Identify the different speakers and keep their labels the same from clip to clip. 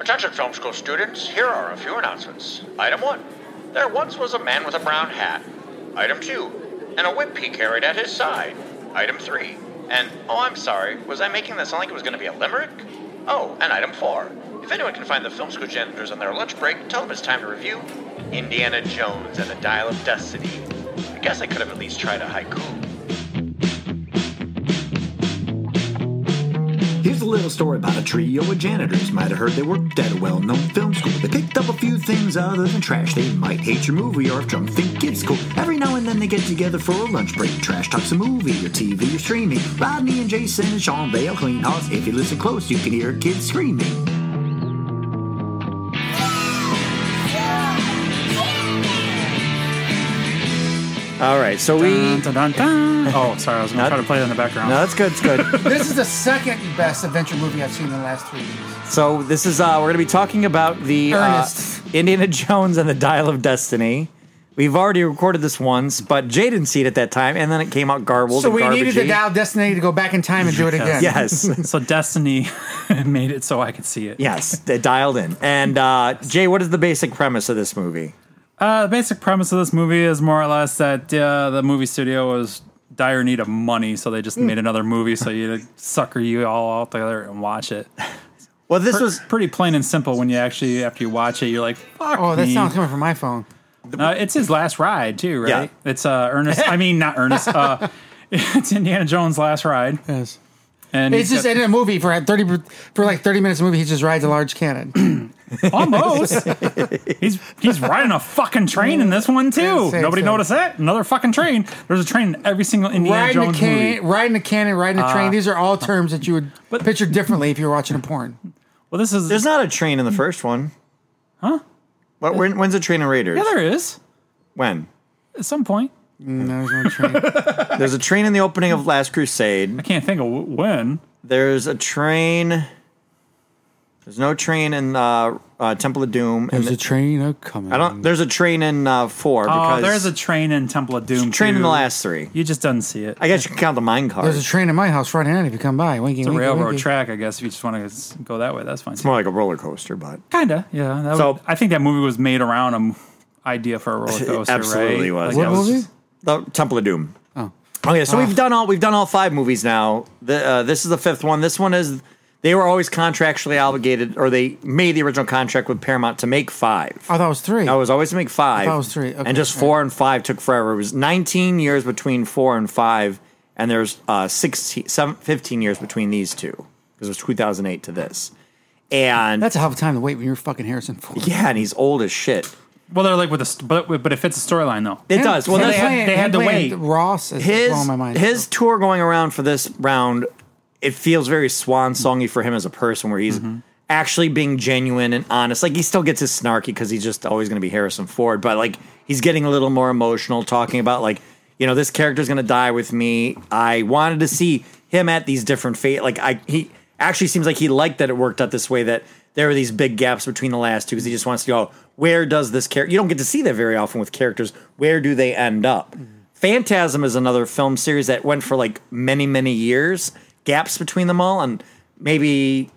Speaker 1: Attention, film school students, here are a few announcements. Item 1 There once was a man with a brown hat. Item 2 And a whip he carried at his side. Item 3 And, oh, I'm sorry, was I making that sound like it was going to be a limerick? Oh, and item 4 If anyone can find the film school janitors on their lunch break, tell them it's time to review Indiana Jones and the Dial of Destiny. I guess I could have at least tried a haiku.
Speaker 2: Here's a little story about a trio of janitors. Might have heard they worked at a well known film school. They picked up a few things other than trash. They might hate your movie or if drunk think kids cool. Every now and then they get together for a lunch break. Trash talks a movie or TV or streaming. Rodney and Jason and Sean, they all clean house. If you listen close, you can hear kids screaming.
Speaker 3: All right, so we.
Speaker 4: Dun, dun, dun, dun. Oh, sorry, I was going to try to play that in the background.
Speaker 3: No, that's good. It's good.
Speaker 5: This is the second best adventure movie I've seen in the last three years.
Speaker 3: so this is uh, we're going to be talking about the uh,
Speaker 5: Ernest.
Speaker 3: Indiana Jones and the Dial of Destiny. We've already recorded this once, but Jay didn't see it at that time, and then it came out garbled.
Speaker 5: So
Speaker 3: and
Speaker 5: we needed to
Speaker 4: eh?
Speaker 3: garbagey.
Speaker 5: dial Destiny to go back in time and do it again.
Speaker 3: Yes,
Speaker 4: so Destiny made it so I could see it.
Speaker 3: yes, they dialed in. And uh, Jay, what is the basic premise of this movie?
Speaker 4: Uh, the basic premise of this movie is more or less that uh, the movie studio was dire need of money, so they just made another movie so you sucker you all out there and watch it.
Speaker 3: Well, this
Speaker 4: It
Speaker 3: was
Speaker 4: was pretty plain and simple when you actually after you watch it, you're like, "Fuck."
Speaker 5: Oh, that
Speaker 4: me.
Speaker 5: sound's coming from my phone.
Speaker 4: Uh, it's his last ride too, right?
Speaker 3: Yeah.
Speaker 4: It's uh, Ernest. I mean, not Ernest. Uh, it's Indiana Jones' last ride,
Speaker 5: Yes.
Speaker 4: and
Speaker 5: It's
Speaker 4: he's
Speaker 5: just
Speaker 4: got-
Speaker 5: in a movie for thirty for like thirty minutes. of movie he just rides a large cannon.
Speaker 4: Almost. he's he's riding a fucking train in this one too.
Speaker 5: Yeah, same,
Speaker 4: Nobody
Speaker 5: same.
Speaker 4: noticed that. Another fucking train. There's a train in every single Indiana
Speaker 5: riding a
Speaker 4: Jones
Speaker 5: can,
Speaker 4: movie.
Speaker 5: riding a cannon, riding a train. These are all terms that you would
Speaker 4: But-
Speaker 5: picture differently if you were watching a porn.
Speaker 4: Well, this is
Speaker 3: there's not a train in the first one,
Speaker 4: Huh?
Speaker 3: What, when, when's the train in Raiders?
Speaker 4: yeah, there is
Speaker 3: When
Speaker 4: at some point.
Speaker 5: No, Mm, there's no train.
Speaker 3: there's a train in the opening of Last Crusade.
Speaker 4: I can't think of wh- when.
Speaker 3: There's a train. There's no train in uh, uh, Temple of Doom. and
Speaker 5: There's a train a coming.
Speaker 3: I don't. There's a train in uh, four.
Speaker 4: Oh,
Speaker 3: Because
Speaker 4: there's a train in Temple of Doom.
Speaker 3: train in the
Speaker 4: too.
Speaker 3: last three.
Speaker 4: You just doesn't see it.
Speaker 3: I guess you can count the mine cars.
Speaker 5: There's a train in my house right hand if you come by. Winky,
Speaker 4: It's a
Speaker 5: winky,
Speaker 4: railroad
Speaker 5: winky.
Speaker 4: track, I guess. If you just want to go that way, that's fine.
Speaker 3: More like a roller coaster, but
Speaker 4: Kinda, yeah. That
Speaker 3: So-
Speaker 4: would- I think that movie was made around an idea for a roller coaster.
Speaker 3: absolutely
Speaker 4: right?
Speaker 3: was.
Speaker 4: Like,
Speaker 3: Yeah,
Speaker 5: What
Speaker 4: that was
Speaker 5: movie?
Speaker 4: just-
Speaker 3: the Temple of Doom. Oh. Okay, so we've done all we've done all five movies now. The, uh, this is the fifth one. This one is they were always contractually obligated, or they made the original contract with Paramount to make five.
Speaker 5: Oh, that was three.
Speaker 3: I was always to make five.
Speaker 5: I thought it was three. Okay,
Speaker 3: and just four and five took forever. It was 19 years between four and five, and there's uh, 16, seven- 15 years between these two because it was 2008 to this. And
Speaker 5: That's a hell of a time to wait when you're fucking Harrison Ford.
Speaker 3: yeah, and he's old as shit.
Speaker 4: Well, they're like with a st- but but it fits the storyline though.
Speaker 3: It does. Well,
Speaker 5: Him
Speaker 3: that's
Speaker 5: playing-
Speaker 4: they had
Speaker 5: him
Speaker 4: to
Speaker 5: playing
Speaker 4: wait.
Speaker 5: Ross is
Speaker 3: his
Speaker 5: blowing my mind.
Speaker 3: his tour going around for this round. It feels very swan songy for him as a person, where he's
Speaker 5: Mm-hmm.
Speaker 3: actually being genuine and honest. Like he still gets his snarky because he's just always going to be Harrison Ford, but like he's getting a little more emotional, talking about like you know this character's going to die with me. I wanted to see him at these different fate. Like I he actually seems like he liked that it worked out this way that. There were these big gaps between the last two because he just wants to go. "Oh, Where does this character? You don't get to see that very often with characters. Where do they end up?
Speaker 5: Mm-hmm.
Speaker 3: Phantasm is another film series that went for like many, many years, gaps between them all, and maybe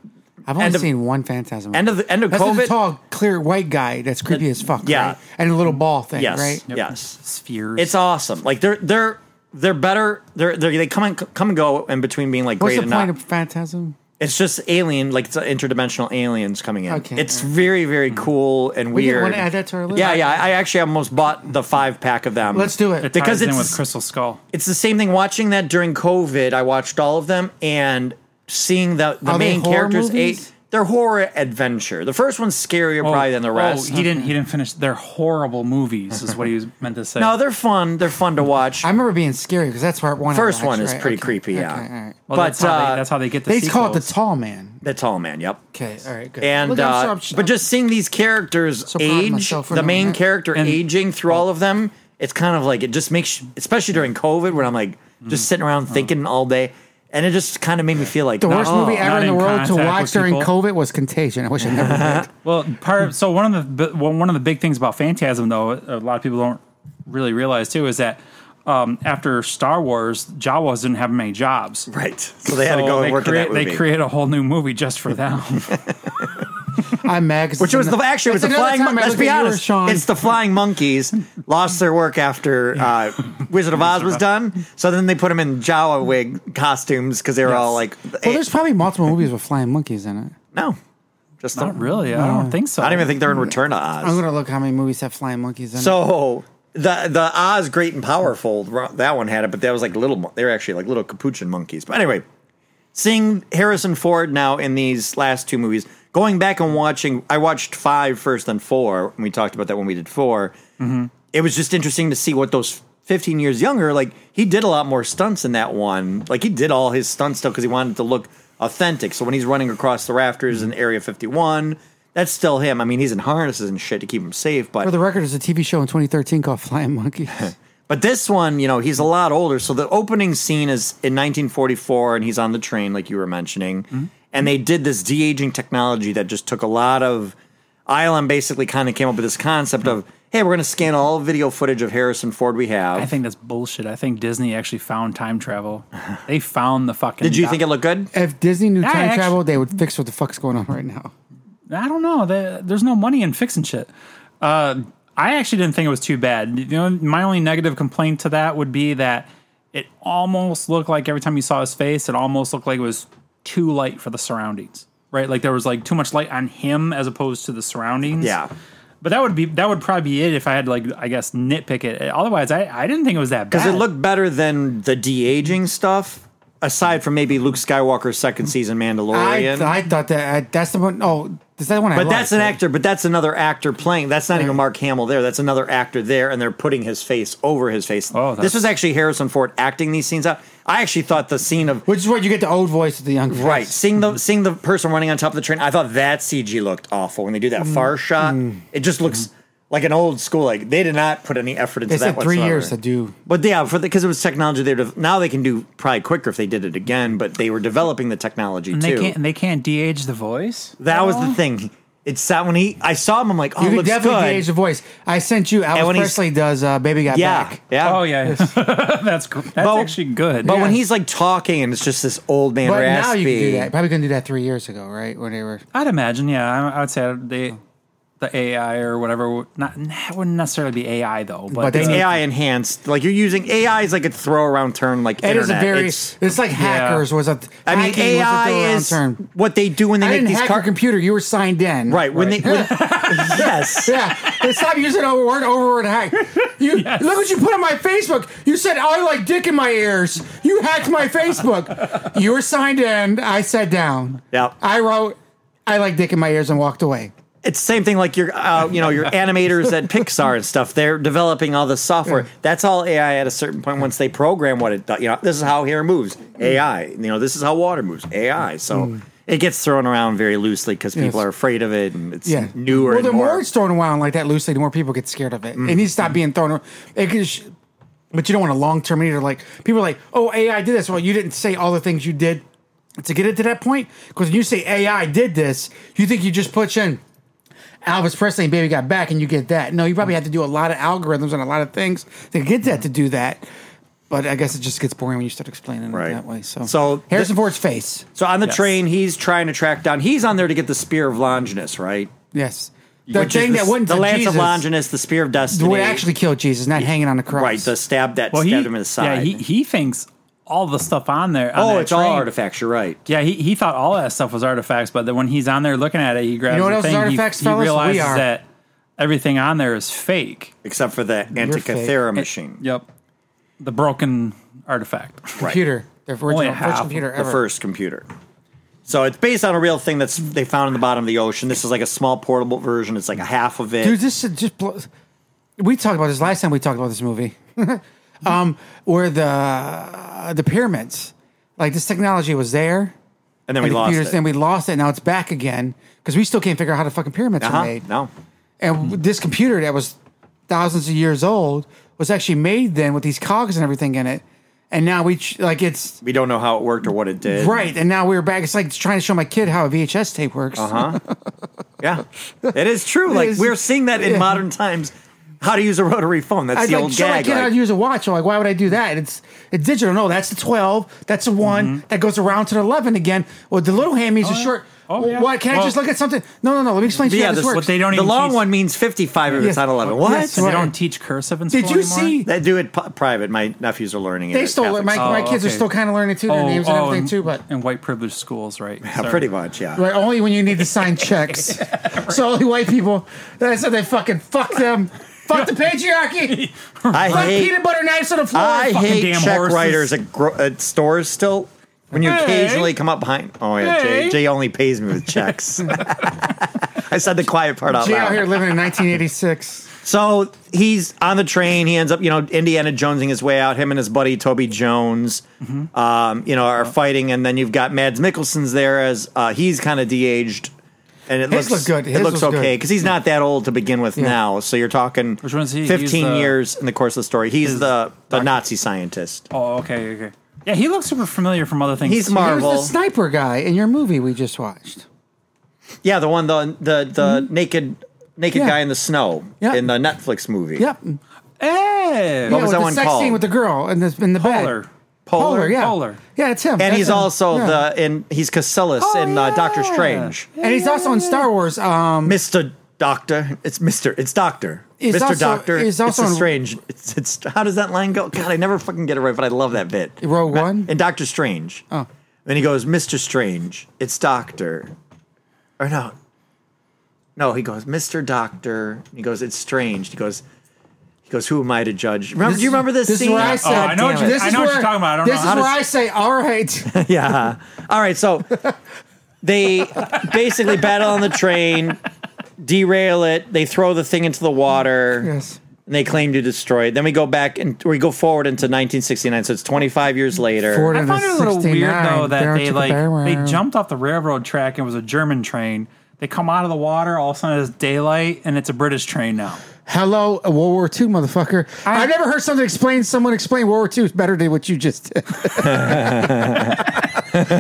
Speaker 5: I've only
Speaker 3: end of-
Speaker 5: seen one Phantasm.
Speaker 3: end of the end of
Speaker 5: that's the
Speaker 3: COVID.
Speaker 5: tall, clear white guy that's creepy as fuck.
Speaker 3: yeah.
Speaker 5: right? and a little ball thing.
Speaker 3: yes,
Speaker 5: right.
Speaker 3: yes,
Speaker 4: Spheres.
Speaker 3: it's awesome. Like they're they're they're better. They're, they're they come and come and go in between being like great
Speaker 5: What's the
Speaker 3: and
Speaker 5: point
Speaker 3: not.
Speaker 5: of Phantasm?
Speaker 3: it's just alien, like it's interdimensional aliens coming in.
Speaker 5: Okay,
Speaker 3: it's
Speaker 5: all right.
Speaker 3: very very
Speaker 4: Mm-hmm.
Speaker 3: cool and
Speaker 5: We didn't
Speaker 3: weird.
Speaker 5: wanna add that to our list.
Speaker 3: Yeah, yeah. I, I actually almost bought the five pack of them.
Speaker 5: Let's do it.
Speaker 4: it
Speaker 3: because
Speaker 4: ties in
Speaker 3: it's-
Speaker 4: with Crystal Skull.
Speaker 3: It's the same thing. Watching that during COVID, I watched all of them and seeing the the
Speaker 5: Are they
Speaker 3: main
Speaker 5: horror
Speaker 3: characters
Speaker 5: movies?
Speaker 3: ate. They're horror adventure. The first one's scarier probably than the rest.
Speaker 4: Oh, he didn't. He didn't finish. They're horrible movies, is what he was meant to say.
Speaker 3: No, they're fun. They're fun to watch.
Speaker 5: I remember being scary because that's part one. I
Speaker 3: First
Speaker 5: watched,
Speaker 3: one is
Speaker 5: right?
Speaker 3: pretty
Speaker 5: Okay,
Speaker 3: creepy. Yeah,
Speaker 5: okay, all right.
Speaker 4: well,
Speaker 3: but
Speaker 4: that's, how
Speaker 3: uh,
Speaker 4: they, that's how they get the.
Speaker 5: They call it the
Speaker 4: sequels.
Speaker 5: tall man.
Speaker 3: the tall man. Yep.
Speaker 5: Okay, all right, good.
Speaker 3: And
Speaker 5: Look, I'm
Speaker 3: uh,
Speaker 5: so- I'm-
Speaker 3: but just seeing these characters
Speaker 5: So proud of
Speaker 3: age,
Speaker 5: myself for
Speaker 3: the
Speaker 5: knowing
Speaker 3: main
Speaker 5: that. oh.
Speaker 3: character
Speaker 4: And-
Speaker 3: aging through all of them, it's kind of like it just makes, you- especially during COVID, when I'm like
Speaker 5: Mm.
Speaker 3: just sitting around thinking all day, and it just kind of made me feel like
Speaker 5: Oh. the worst
Speaker 3: "Nah,
Speaker 5: movie ever
Speaker 4: not
Speaker 5: in the
Speaker 4: in
Speaker 5: world to
Speaker 4: contact
Speaker 5: watch
Speaker 4: with
Speaker 5: during
Speaker 4: people.
Speaker 5: COVID was Contagion. I wish I never did.
Speaker 4: Well, part so one of the well, one of the big things about Phantasm, though, a lot of people don't really realize too, is that um, after Star Wars, Jawas didn't have many jobs.
Speaker 3: Right. So they had to
Speaker 4: So
Speaker 3: go and
Speaker 4: they
Speaker 3: work in
Speaker 4: create,
Speaker 3: that movie.
Speaker 4: They create a whole new movie just for them.
Speaker 5: I'm mad. 'cause
Speaker 3: Which
Speaker 5: it's
Speaker 3: was the
Speaker 5: another-
Speaker 3: actually it was
Speaker 5: it's
Speaker 3: the
Speaker 5: another
Speaker 3: flying.
Speaker 5: time
Speaker 3: Mon-
Speaker 5: I
Speaker 3: let's
Speaker 5: look
Speaker 3: be
Speaker 5: at you or
Speaker 3: honest,
Speaker 5: Sean.
Speaker 3: it's the flying monkeys lost their work after uh, Wizard of Oz was done. So then they put them in Jawa wig costumes because they were all like, eh,
Speaker 5: well, there's probably multiple movies with flying monkeys in it.
Speaker 3: no, just
Speaker 4: Not
Speaker 3: the-
Speaker 4: really. I don't think so.
Speaker 3: I don't even think they're in Return to Oz.
Speaker 5: I'm gonna look how many movies have flying monkeys in it.
Speaker 3: So the the Oz Great and Powerful that one had it, but that was like little. mon- They were actually like little capuchin monkeys. But anyway, seeing Harrison Ford now in these last two movies, going back and watching, I watched five first, then four. And we talked about that when we did 4 It was just interesting to see what those. 15 years younger, like he did a lot more stunts in that one. Like he did all his stunts still because he wanted it to look authentic. So when he's running across the rafters in Area 51, that's still him. I mean, he's in harnesses and shit to keep him safe. But
Speaker 5: For the record, there's a TV show in 2013 called Flying Monkeys.
Speaker 3: but this one, you know, he's a lot older. So the opening scene is in 1944, and he's on the train, like you were mentioning. And they did this de aging technology that just took a lot of. ILM basically kind of came up with this concept of, hey, we're going to scan all video footage of Harrison Ford we have.
Speaker 4: I think that's bullshit. I think Disney actually found time travel. They found the fucking.
Speaker 3: did you think it looked good?
Speaker 5: if Disney knew
Speaker 4: I
Speaker 5: time
Speaker 4: actu-
Speaker 5: travel, they would fix what the fuck's going on right now.
Speaker 4: I don't know. There- There's no money in fixing shit. Uh, I actually didn't think it was too bad. You know, my only negative complaint to that would be that it almost looked like every time you saw his face, it almost looked like it was too light for the surroundings. Right, like there was like too much light on him as opposed to the surroundings.
Speaker 3: Yeah.
Speaker 4: but that would be that would probably be it if I had like I guess nitpick it. Otherwise, I I didn't think it was that bad.
Speaker 3: Because it looked better than the de aging stuff, aside from maybe Luke Skywalker's second season
Speaker 5: I,
Speaker 3: Mandalorian.
Speaker 5: I thought that I, that's the one oh is that the one I
Speaker 3: But that's
Speaker 5: liked,
Speaker 3: an
Speaker 5: right?
Speaker 3: actor. But that's another actor playing. That's not even
Speaker 5: Right.
Speaker 3: Mark Hamill there. That's another actor there, and they're putting his face over his face.
Speaker 4: Oh,
Speaker 3: this
Speaker 4: that's-
Speaker 3: was actually Harrison Ford acting these scenes out. I actually thought the scene of
Speaker 5: Which is where you get the old voice of the young face.
Speaker 3: right seeing
Speaker 5: Mm-hmm.
Speaker 3: the seeing the person running on top of the train. I thought that CG looked awful when they do
Speaker 5: Mm-hmm.
Speaker 3: that far shot. It just looks like an old school. Like they did not put any effort into
Speaker 5: They
Speaker 3: that.
Speaker 5: said three
Speaker 3: whatsoever.
Speaker 5: years to do.
Speaker 3: But yeah, for because it was technology, they would have- now they can do probably quicker if they did it again. But they were developing the technology
Speaker 4: and
Speaker 3: too.
Speaker 4: they can't they can't de-age the voice.
Speaker 3: that was
Speaker 4: Well,
Speaker 3: the thing. It sat when he I saw him. I'm like, oh,
Speaker 5: Oh. You could
Speaker 3: looks
Speaker 5: definitely
Speaker 3: good.
Speaker 5: gauge the voice. I sent you Elvis
Speaker 3: when he's-
Speaker 5: Presley does uh, Baby Got
Speaker 3: yeah,
Speaker 5: Back.
Speaker 3: yeah.
Speaker 4: Oh yeah, that's gr- that's
Speaker 3: But-
Speaker 4: actually good.
Speaker 3: But when
Speaker 5: Yeah.
Speaker 3: he's like talking and it's just this old man
Speaker 5: But
Speaker 3: raspy.
Speaker 5: now you can do that. Probably couldn't do that three years ago, right? When they were
Speaker 4: I'd imagine, yeah. I, I would say they, the AI or whatever. would Not that wouldn't necessarily be AI though, but,
Speaker 5: But they
Speaker 4: uh,
Speaker 3: It's
Speaker 5: make-
Speaker 3: AI enhanced. Like you're using AI is like a throw around term like
Speaker 5: It is a
Speaker 3: internet.
Speaker 5: very. It's,
Speaker 3: It's-
Speaker 5: like hackers was a.
Speaker 3: I mean
Speaker 5: hacking was a
Speaker 3: AI
Speaker 5: throw-around
Speaker 3: is
Speaker 5: term.
Speaker 3: what they do when they
Speaker 5: I
Speaker 3: make
Speaker 5: didn't
Speaker 3: these
Speaker 5: hack
Speaker 3: car-
Speaker 5: your computer. You were signed in.
Speaker 3: Right, when they when, yes.
Speaker 5: Yeah. They stopped using a word over word hack. You look what you put on my Facebook. You said I like dick in my ears. You hacked my Facebook. you were signed in. I sat down.
Speaker 3: Yep.
Speaker 5: I wrote I like dick in my ears and walked away.
Speaker 3: It's the same thing like your uh, you know your animators at Pixar and stuff. They're developing all the software. That's all AI at a certain point once they program what it does. You know, this is how hair moves. AI. You know, this is how water moves. AI. So it gets thrown around very loosely because people
Speaker 5: Yes.
Speaker 3: are afraid of it and it's
Speaker 5: Yeah.
Speaker 3: newer
Speaker 5: Well,
Speaker 3: and
Speaker 5: the
Speaker 3: more.
Speaker 5: more, it's thrown around like that loosely, the more people get scared of it. It needs to stop being thrown. around. It could sh- but you don't want a long term either. Like people are like, oh, AI did this. Well, you didn't say all the things you did to get it to that point. Because when you say AI did this, you think you just put in Elvis Presley and Baby Got Back and you get that. No, you probably have to do a lot of algorithms and a lot of things to get that to do that. But I guess it just gets boring when you start explaining
Speaker 3: Right.
Speaker 5: it that way. So,
Speaker 3: So
Speaker 5: Harrison
Speaker 3: th-
Speaker 5: Ford's face.
Speaker 3: So on the
Speaker 4: Yes.
Speaker 3: train, he's trying to track down. He's on there to get the spear of Longinus, right?
Speaker 5: Yes. The
Speaker 3: Which is
Speaker 5: thing
Speaker 3: the,
Speaker 5: that wouldn't
Speaker 3: the
Speaker 5: to
Speaker 3: lance
Speaker 5: Jesus,
Speaker 3: of Longinus, the spear of destiny.
Speaker 5: would actually kill Jesus, not hanging on the cross.
Speaker 3: right the stab that
Speaker 4: well, he,
Speaker 3: stabbed him in the side.
Speaker 4: yeah, he, he thinks all the stuff on there. on
Speaker 3: oh,
Speaker 4: that
Speaker 3: it's
Speaker 4: train-
Speaker 3: all artifacts. You're right.
Speaker 4: Yeah, he, he thought all that stuff was artifacts, but then when he's on there looking at it, he grabs
Speaker 5: You know what
Speaker 4: the
Speaker 5: else is
Speaker 4: thing. he-
Speaker 5: artifacts,
Speaker 4: he,
Speaker 5: fellas? We
Speaker 4: realizes
Speaker 5: are.
Speaker 4: that everything on there is fake.
Speaker 3: Except for the Antikythera machine,
Speaker 4: Yep, the broken artifact.
Speaker 5: computer. The original
Speaker 4: Only
Speaker 5: first
Speaker 4: half
Speaker 5: computer
Speaker 3: the
Speaker 5: ever.
Speaker 3: first computer. So it's based on a real thing that's they found in the bottom of the ocean. This is like a small portable version. It's like a half of it.
Speaker 5: Dude, this should just blow. We talked about this last time we talked about this movie. um, where the the pyramids, like this technology was there,
Speaker 3: and then we
Speaker 5: the
Speaker 3: lost it.
Speaker 5: and we lost it. Now it's back again because we still can't figure out how the fucking pyramids
Speaker 3: uh-huh.
Speaker 5: were made.
Speaker 3: No,
Speaker 5: And this computer that was thousands of years old was actually made then with these cogs and everything in it. And now we ch- like it's
Speaker 3: we don't know how it worked or what it did.
Speaker 5: right. And now we're back. It's like trying to show my kid how a VHS tape
Speaker 3: Uh-huh.
Speaker 5: works.
Speaker 3: Yeah, it is true. Like
Speaker 5: is-
Speaker 3: we're seeing that in
Speaker 5: yeah.
Speaker 3: modern times. how to use a rotary phone. That's
Speaker 5: I'd
Speaker 3: the
Speaker 5: like
Speaker 3: old
Speaker 5: show my
Speaker 3: gag.
Speaker 5: kid how
Speaker 3: like-
Speaker 5: to use a watch. I'm like, why would I do that? It's it's digital. No, that's the twelve. That's the one
Speaker 3: Mm-hmm.
Speaker 5: that goes around to the eleven again. Well, the little hand means a
Speaker 4: yeah.
Speaker 5: short.
Speaker 4: Oh,
Speaker 5: Well,
Speaker 4: yeah.
Speaker 5: What? Can I
Speaker 4: Well-
Speaker 5: just look at something? No, no, no. Let me explain to you
Speaker 3: yeah,
Speaker 5: how
Speaker 3: this
Speaker 5: this
Speaker 4: what
Speaker 5: works.
Speaker 4: they don't
Speaker 3: the
Speaker 4: even
Speaker 3: long
Speaker 4: teach-
Speaker 3: one means 55 if it's
Speaker 5: Yes.
Speaker 3: not 11. What?
Speaker 5: Yes.
Speaker 4: They
Speaker 5: Right.
Speaker 4: don't teach cursive in school
Speaker 5: Did you
Speaker 4: anymore?
Speaker 5: see?
Speaker 3: They do it p- private. My nephews are learning it.
Speaker 5: They
Speaker 3: at
Speaker 5: still
Speaker 3: Catholic
Speaker 5: my,
Speaker 3: school.
Speaker 5: my
Speaker 4: Oh,
Speaker 5: kids are
Speaker 4: okay.
Speaker 5: still kind of learning too their
Speaker 3: Oh,
Speaker 5: names and
Speaker 3: um,
Speaker 5: everything too, but
Speaker 4: Oh, in white privileged schools, right? Sorry.
Speaker 3: Pretty much, yeah.
Speaker 5: Right, only when you need to sign checks. So only white people. That's how they fucking fuck them. Fuck the patriarchy.
Speaker 3: I
Speaker 5: Fuck
Speaker 3: hate,
Speaker 5: peanut butter knives on the floor.
Speaker 3: I
Speaker 4: fucking
Speaker 3: hate
Speaker 4: damn
Speaker 3: check
Speaker 4: horses.
Speaker 3: writers at, gro- at stores still. When you
Speaker 4: Hey.
Speaker 3: occasionally come up behind, oh yeah, Jay,
Speaker 4: Hey.
Speaker 3: Jay only pays me with checks. I said the quiet part out
Speaker 5: Jay out
Speaker 3: loud.
Speaker 5: here living in 1986.
Speaker 3: So he's on the train. He ends up, you know, Indiana Jonesing his way out. Him and his buddy Toby Jones,
Speaker 5: Mm-hmm.
Speaker 3: um, you know, are fighting. And then you've got Mads Mikkelsen's there as uh, he's kind of de-aged, and it
Speaker 5: His
Speaker 3: looks
Speaker 5: looked good.
Speaker 3: it
Speaker 5: His
Speaker 3: looks
Speaker 5: was good.
Speaker 3: okay because he's not that old to begin with
Speaker 5: Yeah.
Speaker 3: now. So you're talking
Speaker 4: Which one's he? He's
Speaker 3: fifteen
Speaker 4: the-
Speaker 3: years in the course of the story. He's the the Nazi scientist.
Speaker 4: Oh, okay, okay. Yeah, he looks super familiar from other things.
Speaker 3: He's
Speaker 4: too.
Speaker 5: There's
Speaker 3: Marvel.
Speaker 5: the sniper guy in your movie we just watched.
Speaker 3: Yeah, the one the the the naked naked
Speaker 5: Mm-hmm. Yeah.
Speaker 3: guy in the snow
Speaker 5: Yeah.
Speaker 3: in the Netflix movie.
Speaker 5: Yep. Yeah,
Speaker 4: Hey,
Speaker 3: was
Speaker 5: with
Speaker 3: that
Speaker 5: the
Speaker 3: one
Speaker 5: sex
Speaker 3: called?
Speaker 5: scene with the girl in the in the bed.
Speaker 4: Polar.
Speaker 3: Polar.
Speaker 5: Polar, yeah.
Speaker 4: Polar.
Speaker 5: Yeah, it's him.
Speaker 3: And
Speaker 5: That's
Speaker 3: he's
Speaker 5: him.
Speaker 3: also
Speaker 5: Yeah. Oh,
Speaker 3: the in he's Cassilis in uh, Doctor Strange.
Speaker 5: And he's also in Star Wars. Um,
Speaker 3: Mr. Doctor. It's Mr. It's Doctor.
Speaker 5: He's
Speaker 3: Mr.
Speaker 5: also-
Speaker 3: Doctor.
Speaker 5: he's also
Speaker 3: it's a
Speaker 5: in-
Speaker 3: strange. It's, it's how does that line go? God, I never fucking get it right, but I love that bit.
Speaker 5: Rogue One?
Speaker 3: and Doctor Strange.
Speaker 5: Oh.
Speaker 3: Then he goes, Mr. Strange. It's Doctor. Or no. No, he goes, Mr. Doctor. He goes, it's strange. He goes, he goes, who am I to judge? Remember,
Speaker 5: This-
Speaker 3: do you remember this,
Speaker 5: this is
Speaker 3: scene? Oh,
Speaker 5: where I said,
Speaker 4: Oh, I know what
Speaker 5: damn
Speaker 4: you-
Speaker 5: it. This
Speaker 4: I
Speaker 5: is
Speaker 4: know what
Speaker 5: where-
Speaker 4: you're talking about. I don't
Speaker 5: this
Speaker 4: know
Speaker 5: is
Speaker 4: how
Speaker 5: where
Speaker 4: to-
Speaker 5: I say, all right.
Speaker 3: yeah. All right. So they basically battle on the train, derail it. They throw the thing into the water.
Speaker 5: Yes.
Speaker 3: And they claim to destroy it. Then we go back and we go forward into 1969. So it's 25 years later.
Speaker 5: Ford
Speaker 4: I
Speaker 5: and a
Speaker 4: found it a little weird
Speaker 5: 69
Speaker 4: though that
Speaker 5: Baron
Speaker 4: they
Speaker 5: took a
Speaker 4: like
Speaker 5: Baron.
Speaker 4: they jumped off the railroad track and it was a German train. They come out of the water, all of a sudden it's daylight, and it's a British train now.
Speaker 5: Hello, World War II, motherfucker. I,
Speaker 4: I-
Speaker 5: have never heard someone explain someone explain World War II better than what you just did.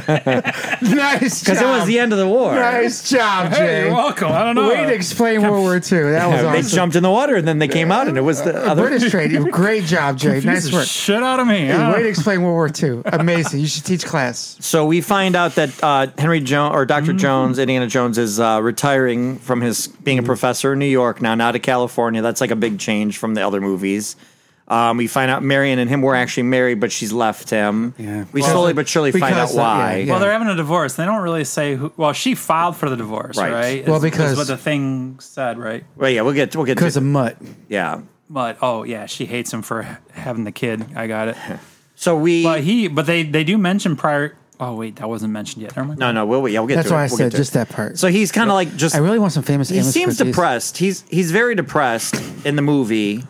Speaker 5: nice job.
Speaker 3: Because it was the end of the war.
Speaker 5: Nice job,
Speaker 4: Hey,
Speaker 5: Jay.
Speaker 4: you're welcome. I don't know.
Speaker 5: Way to explain World War II. That was
Speaker 3: Yeah, They
Speaker 5: awesome.
Speaker 3: jumped in the water and then they came out and it was the other.
Speaker 5: British trade. Great job, Jay. Nice work.
Speaker 4: Shit out of me.
Speaker 5: Hey,
Speaker 4: I
Speaker 5: Way
Speaker 4: don't-
Speaker 5: to explain World War II. Amazing. You should teach class.
Speaker 3: So we find out that uh, Henry Jones or doctor
Speaker 5: Mm-hmm.
Speaker 3: Jones, Indiana Jones, is uh, retiring from his being a
Speaker 5: Mm-hmm.
Speaker 3: professor in New York now, not to California. That's like a big change from the other movies. Um, we find out Marion and him were actually married, but she's left him.
Speaker 5: Yeah.
Speaker 3: We
Speaker 5: Well,
Speaker 3: slowly but surely find out
Speaker 5: because, uh,
Speaker 3: why.
Speaker 5: yeah,
Speaker 4: Well, they're having a divorce. They don't really say who. Well, she filed for the divorce,
Speaker 3: Right.
Speaker 4: right?
Speaker 5: Well,
Speaker 4: Is-
Speaker 5: because-
Speaker 4: is what the thing said, right?
Speaker 3: Well, yeah, we'll get we'll get
Speaker 5: Because
Speaker 3: to,
Speaker 5: of Mutt.
Speaker 3: yeah.
Speaker 4: But oh yeah, she hates him for ha- having the kid. I got it.
Speaker 3: So we
Speaker 4: But he, but they, they do mention prior. Oh wait, that wasn't mentioned yet. Never mind.
Speaker 3: no no we'll yeah we'll get
Speaker 5: That's
Speaker 3: to it.
Speaker 5: why I
Speaker 3: We'll
Speaker 5: said
Speaker 3: get to
Speaker 5: just
Speaker 3: it.
Speaker 5: that part.
Speaker 3: So he's kind of like just
Speaker 5: I really want some famous
Speaker 3: he seems depressed. He's he's very depressed in the movie